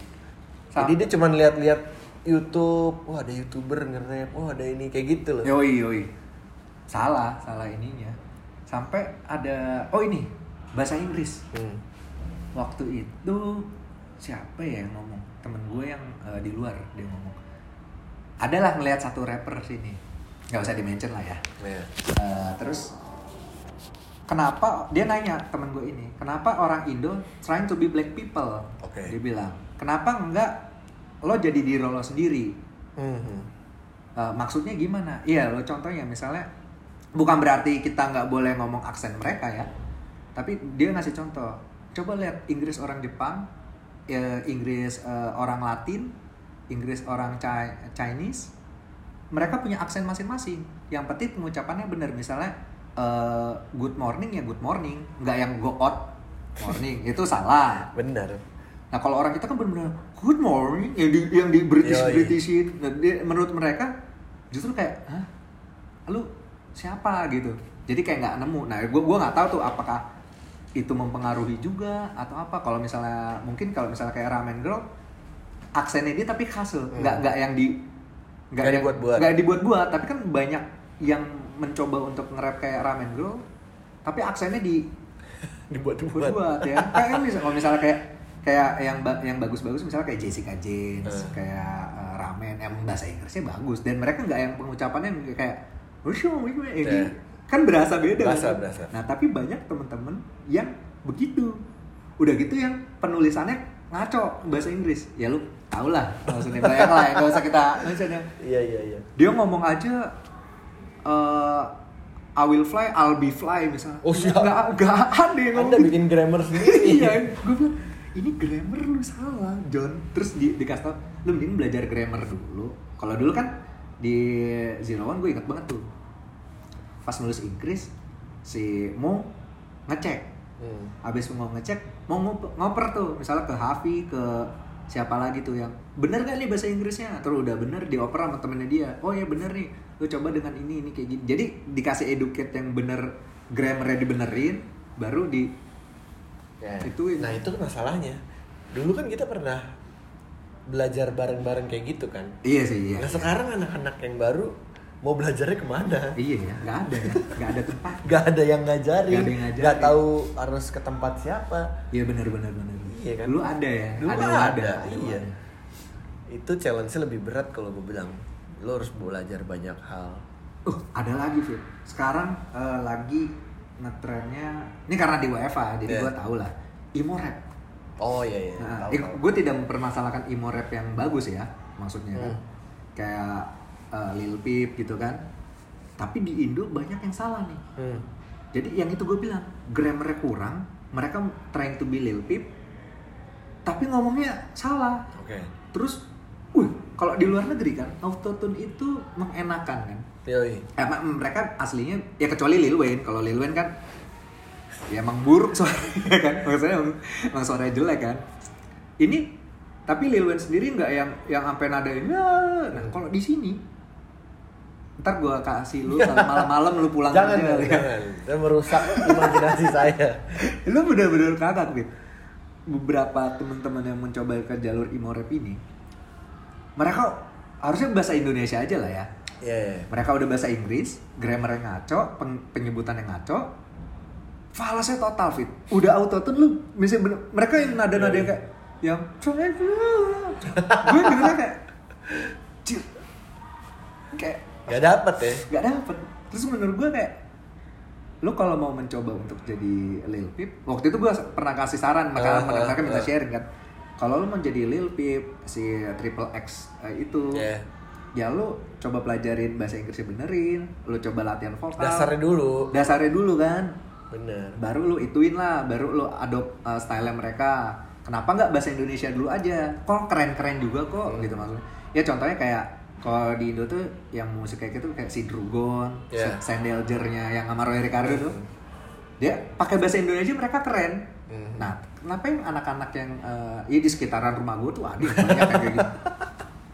B: Sama.
A: Jadi dia cuman lihat-lihat YouTube, wah ada youtuber nge-rap, wah ada ini kayak gitu loh.
B: Yoi yoi. Salah, salah ininya. Sampai ada oh ini bahasa Inggris.
A: Hmm.
B: waktu itu siapa ya yang ngomong temen gue yang eh, di luar dia ngomong adalah ngelihat satu rapper sini nggak usah di mention lah ya
A: Ya.
B: Eh, terus kenapa dia nanya temen gue ini kenapa orang Indo trying to be black people
A: Oke.
B: dia bilang kenapa enggak lo jadi diri lo sendiri
A: Mhm.
B: Eh, maksudnya gimana? Iya, lo contohnya misalnya bukan berarti kita nggak boleh ngomong aksen mereka ya, tapi dia ngasih contoh. Coba lihat Inggris orang Jepang, ya, Inggris eh, orang Latin, Inggris orang Chi- Chinese, mereka punya aksen masing-masing. Yang penting pengucapannya benar. Misalnya eh, good morning ya good morning, nggak yang go out morning itu salah.
A: Benar.
B: Nah kalau orang kita kan benar-benar good morning yang di yang di British
A: Yoi.
B: Britishin, Nah, dia- menurut mereka justru kayak, hah, lu siapa gitu. Jadi kayak nggak nemu. Nah gue gua nggak tahu tuh apakah itu mempengaruhi juga atau apa. Kalau misalnya mungkin kalau misalnya kayak ramen girl, aksennya dia tapi khas loh. nggak nggak yang di
A: Hmm. Nggak
B: yang-
A: dibuat-buat.
B: nggak dibuat-buat. Tapi kan banyak yang mencoba untuk nge-rap kayak ramen girl, tapi aksennya di
A: Dibuat-buat.
B: buat ya kayak kan bisa kalau misalnya kayak kayak yang ba- yang bagus-bagus misalnya kayak Jessica Jones
A: Eh.
B: kayak eh, ramen emang bahasa Inggrisnya bagus dan mereka nggak yang pengucapannya yang kayak "Wushu, wushu," ya
A: Iya.
B: gitu. kan berasa beda
A: Berasa,
B: kan?
A: berasa.
B: nah tapi banyak temen-temen yang begitu udah gitu yang penulisannya ngaco bahasa Inggris ya lu tau lah maksudnya banyak lah nggak usah kita maksudnya
A: Iya iya iya.
B: dia ngomong aja eh, I will fly, I'll be fly misalnya.
A: Oh, siap.
B: Nggak, nggak ada yang ngomong
A: Anda
B: gitu
A: bikin grammar sendiri.
B: iya gue bilang ini grammar lu salah John terus di dikasih tau lu mending belajar grammar dulu kalau dulu kan di zero one gue inget banget tuh pas nulis Inggris si Mo ngecek
D: Hmm.
B: habis mau ngecek mau ngop- ngoper tuh misalnya ke Hafi ke siapa lagi tuh yang bener gak nih bahasa Inggrisnya terus udah bener dioper sama temennya dia oh ya bener nih lu coba dengan ini ini kayak gini jadi dikasih educate yang bener grammarnya dibenerin baru di
D: Ya.
B: Ituin.
A: Nah itu masalahnya. Dulu kan kita pernah belajar bareng-bareng kayak gitu kan.
B: iya sih iya
A: Nah sekarang anak-anak yang baru mau belajarnya kemana?
B: iya ya nggak ada ya nggak ada tempat
A: Gak ada yang ngajarin.
B: Nggak ada yang ngajarin.
A: Nggak tahu harus ke tempat siapa.
B: iya bener bener bener
A: Iya kan?
B: lu ada ya
A: Dulu
B: ada
A: ada,
B: ada, ada
A: iya.
B: ada.
A: Itu challenge-nya lebih berat kalau gue bilang. Lo harus belajar banyak hal.
B: Uh, ada lagi Fit. Sekarang eh, lagi ngetrennya ini karena di WFA
A: Iya.
B: jadi gua tau lah. Imo rap.
A: Oh iya iya. Tahu,
B: Nah, eh,
A: tahu.
B: gua tidak mempermasalahkan imo rap yang bagus ya, maksudnya kan.
A: Hmm.
B: Kayak eh, Lil Peep gitu kan. Tapi di Indo banyak yang salah nih.
A: Hmm.
B: Jadi yang itu gue bilang, grammarnya kurang, mereka trying to be Lil Peep tapi ngomongnya salah.
A: Oke.
B: Terus, wih, kalau di luar negeri kan autotune itu mengenakan kan.
A: Yoi.
B: Emang mereka aslinya ya kecuali Lil Wayne. Kalau Lil Wayne kan ya emang buruk suaranya kan. Maksudnya emang, emang suaranya jelek kan. Ini tapi Lil Wayne sendiri nggak yang yang sampai nada ini. "Nah." Nah, kalau di sini ntar gua kasih lu malam-malam lu pulang
A: Jangan,
B: aja
A: jangan,
B: kali ya.
A: jangan. Dan merusak imajinasi saya.
B: lu bener-bener kagak Fit. beberapa teman-teman yang mencoba ke jalur imorep ini mereka harusnya bahasa Indonesia aja lah ya
A: Iya, iya.
B: mereka udah bahasa Inggris, grammarnya ngaco, peng- penyebutannya ngaco, falasnya total fit. Udah autotune lu, misalnya bener- mereka yang nada-nada yang kayak yang gue dengernya kayak "Cil." kayak
A: Gak dapet ya.
B: nggak dapet. Terus menurut gue kayak lu kalau mau mencoba untuk jadi Lil Peep, waktu itu gue pernah kasih saran,
A: Ah,
B: maka
A: ah,
B: mereka minta
A: ah.
B: sharing kan. Kalau lu mau jadi Lil Peep, si Triple X eh, itu,
A: Iya.
B: ya lu coba pelajarin bahasa Inggrisnya benerin, lu coba latihan vokal.
A: Dasarnya dulu.
B: Dasarnya dulu kan,
A: Bener.
B: baru lu ituin lah, baru lu adopt uh, style mereka. Kenapa nggak bahasa Indonesia dulu aja? Kok keren-keren juga
A: Hmm.
B: kok gitu maksudnya. Ya contohnya kayak kalau di Indo tuh yang musik kayak gitu kayak si Drugon,
A: Yeah.
B: si Sandeljernya yang sama Roy Ricardo tuh. Dia pakai bahasa Indonesia mereka keren.
A: Hmm.
B: Nah, kenapa yang anak-anak yang uh, ya di sekitaran rumah gue tuh ada yang banyak yang kayak gitu.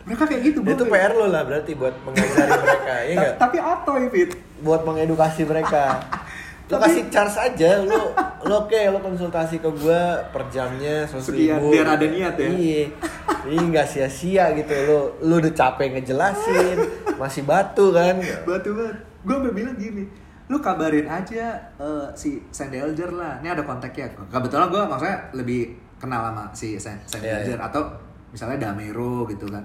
B: Mereka kayak gitu,
A: Itu
B: Bang.
A: PR lo lah berarti buat mengajari mereka, iya
B: Ta-
A: nggak?
B: Tapi otoy, Fit.
A: Buat mengedukasi mereka. Lo
B: Tapi-
A: kasih charge aja, lo lo oke, lo konsultasi ke gue per jamnya seratus
B: Sekian,
A: ribu.
B: biar ada niat ya?
A: Iya, ini nggak sia-sia gitu. Lo lo udah capek ngejelasin, masih batu kan?
B: batu banget gue sampai bilang gini lu kabarin aja eh, si Sandy Alger lah ini ada kontaknya kebetulan gue maksudnya lebih kenal sama si San- Sandy
A: Iya,
B: Alger atau misalnya Damero gitu kan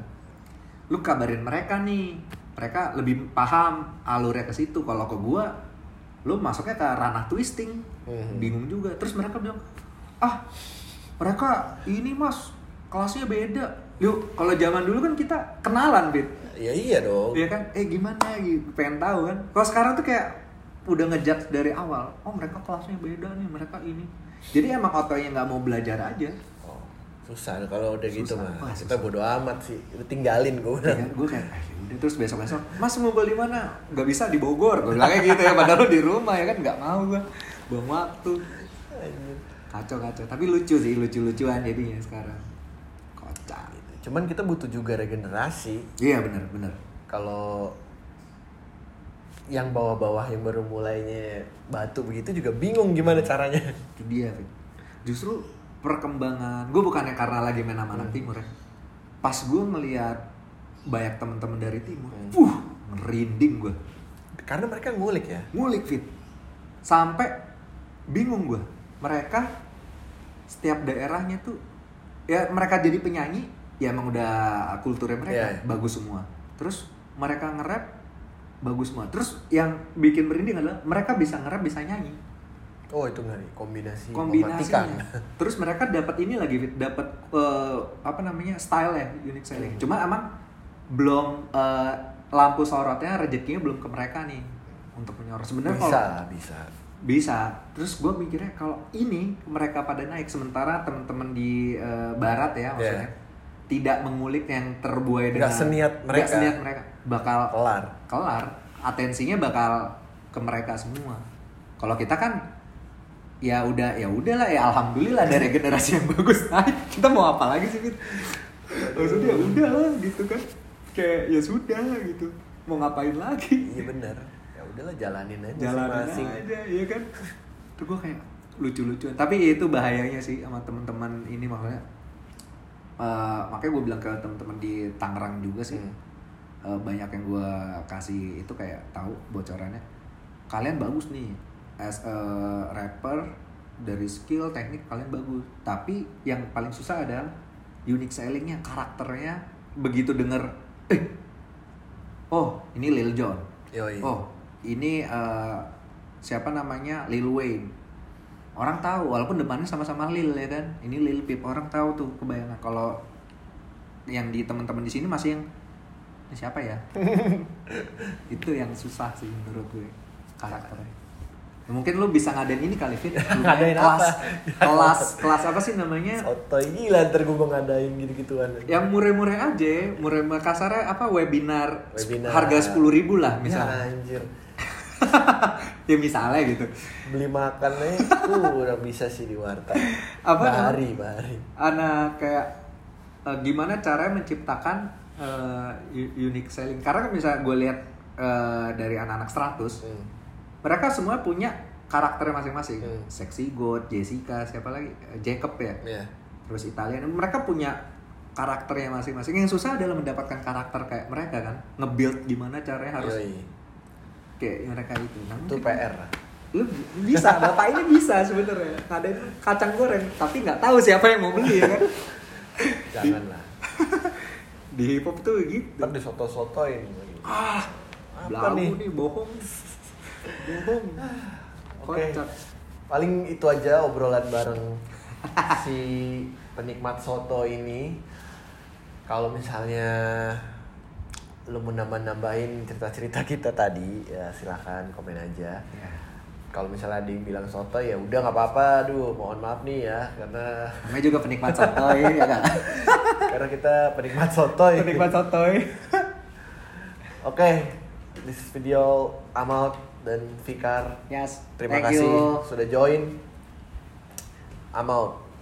B: lu kabarin mereka nih mereka lebih paham alurnya ke situ kalau ke gue lu masuknya ke ranah twisting
A: Mhm.
B: bingung juga terus mereka bilang ah mereka ini mas kelasnya beda yuk kalau zaman dulu kan kita kenalan bit
A: Ya iya dong.
B: Iya kan? Eh gimana gitu, pengen tahu kan. Kalau sekarang tuh kayak udah ngejudge dari awal. Oh, mereka kelasnya beda nih, mereka ini. Jadi emang otaknya nggak mau belajar aja.
A: Oh, susah kalau udah gitu
B: Susah.
A: mah.
B: Wah,
A: Kita bodo amat sih, Lu tinggalin gue.
B: Ya,
A: bilang.
B: gue kayak, "Ah, yaudah." terus besok-besok, mas mau beli mana? Gak bisa di Bogor, gue bilangnya gitu ya, padahal lu di rumah ya kan, gak mau gue, buang waktu. Kacau-kacau, tapi lucu sih, lucu-lucuan jadinya sekarang. Kocak.
A: Cuman kita butuh juga regenerasi.
B: Iya bener, bener.
A: kalau yang bawah-bawah yang baru mulainya batu begitu juga bingung gimana caranya.
B: itu dia Fit. justru perkembangan gue bukannya karena lagi main sama
A: Hmm.
B: anak timur ya pas gue ngelihat banyak teman-teman dari timur
A: Hmm.
B: uh merinding gue
A: Karena mereka ngulik ya.
B: ngulik fit sampai bingung gue mereka setiap daerahnya tuh ya mereka jadi penyanyi ya emang udah kulturnya mereka
A: Iya, iya.
B: bagus semua terus mereka nge-rap bagus semua terus yang bikin merinding adalah mereka bisa nge-rap bisa nyanyi
A: Oh itu ngeri kombinasi mematikan.
B: kombinasinya terus mereka dapat ini lagi Fit. dapat eh, apa namanya style ya unique selling cuma emang belum eh, lampu sorotnya rezekinya belum ke mereka nih untuk menyorot sebenarnya
A: bisa
B: kalau
A: bisa.
B: bisa terus gue mikirnya kalau ini mereka pada naik sementara teman-teman di eh, barat ya maksudnya tidak mengulik yang terbuai
A: Iya.
B: dengan
A: Nggak seniat
B: nggak
A: mereka.
B: seniat mereka bakal
A: kelar
B: kelar atensinya bakal ke mereka semua kalau kita kan ya udah ya udahlah ya alhamdulillah dari generasi yang bagus naik kita mau apa lagi sih Fit? maksudnya ya udahlah gitu kan kayak ya sudah gitu mau ngapain lagi
A: iya bener ya udahlah jalanin aja
B: jalanan
A: masing-masing.
B: aja ya kan tuh gue kayak lucu-lucuan tapi ya itu bahayanya sih sama teman-teman ini makanya Eh, makanya gue bilang ke teman-teman di Tangerang juga sih
A: Hmm.
B: Eh, banyak yang gue kasih itu kayak tahu bocorannya kalian bagus nih as a rapper dari skill teknik kalian bagus tapi yang paling susah adalah unique sellingnya karakternya begitu denger eh oh ini Lil Jon
A: Yoi.
B: Oh, ini eh, siapa namanya Lil Wayne. Orang tahu, walaupun depannya sama-sama Lil ya kan. Ini Lil Peep, orang tahu tuh kebayangan. Kalau yang di teman-teman di sini masih yang "Ini siapa ya? Itu yang susah sih menurut gue karakternya. Ya, Mungkin lu bisa ngadain ini kali Fit. Lu main
A: Ngadain
B: kelas,
A: apa?
B: kelas kelas apa sih namanya?
A: Sotoy gila ntar gue ngadain gitu-gituan
B: yang mureh-mureh aja, mureh-mureh kasarnya apa webinar,
A: Webinar.
B: harga 10.000 ribu
A: ya,
B: lah misalnya.
A: anjir
B: ya misalnya gitu.
A: beli makan aja uh, udah bisa sih di warteg
B: Apa
A: bari bari
B: anak kayak eh, gimana caranya menciptakan eh, u- unique selling karena kan bisa gue lihat eh, dari anak-anak 100
A: Hmm.
B: mereka semua punya karakternya masing-masing
A: Hmm.
B: sexy god Jessica siapa lagi Eh, Jacob ya
A: ya
B: terus Italian mereka punya karakternya masing-masing yang susah adalah mendapatkan karakter kayak mereka kan nge-build gimana caranya harus
A: Yoi.
B: kayak mereka itu Nah,
A: itu
B: mungkin-
A: PR
B: lu bisa bapak ini bisa sebenarnya ada kacang goreng tapi nggak tahu siapa yang mau beli ya kan
A: janganlah
B: di hip hop tuh gitu
A: ntar disoto-sotoin lagi.
B: ah
A: Apa
B: belagu
A: nih?
B: nih? bohong bohong
A: Oke.
B: Kocak.
A: Paling itu aja obrolan bareng si penikmat soto ini. Kalau misalnya lu mau nambah-nambahin cerita-cerita kita tadi, ya silakan komen aja.
B: Ya.
A: Kalau misalnya dibilang soto ya udah nggak apa-apa, aduh mohon maaf nih ya karena
B: namanya juga penikmat sotoy ya kan
A: karena kita penikmat soto.
B: penikmat sotoy
A: Oke, this is video Amal dan Fikar.
B: yes
A: Terima
B: thank
A: kasih
B: you.
A: sudah join. I'm out.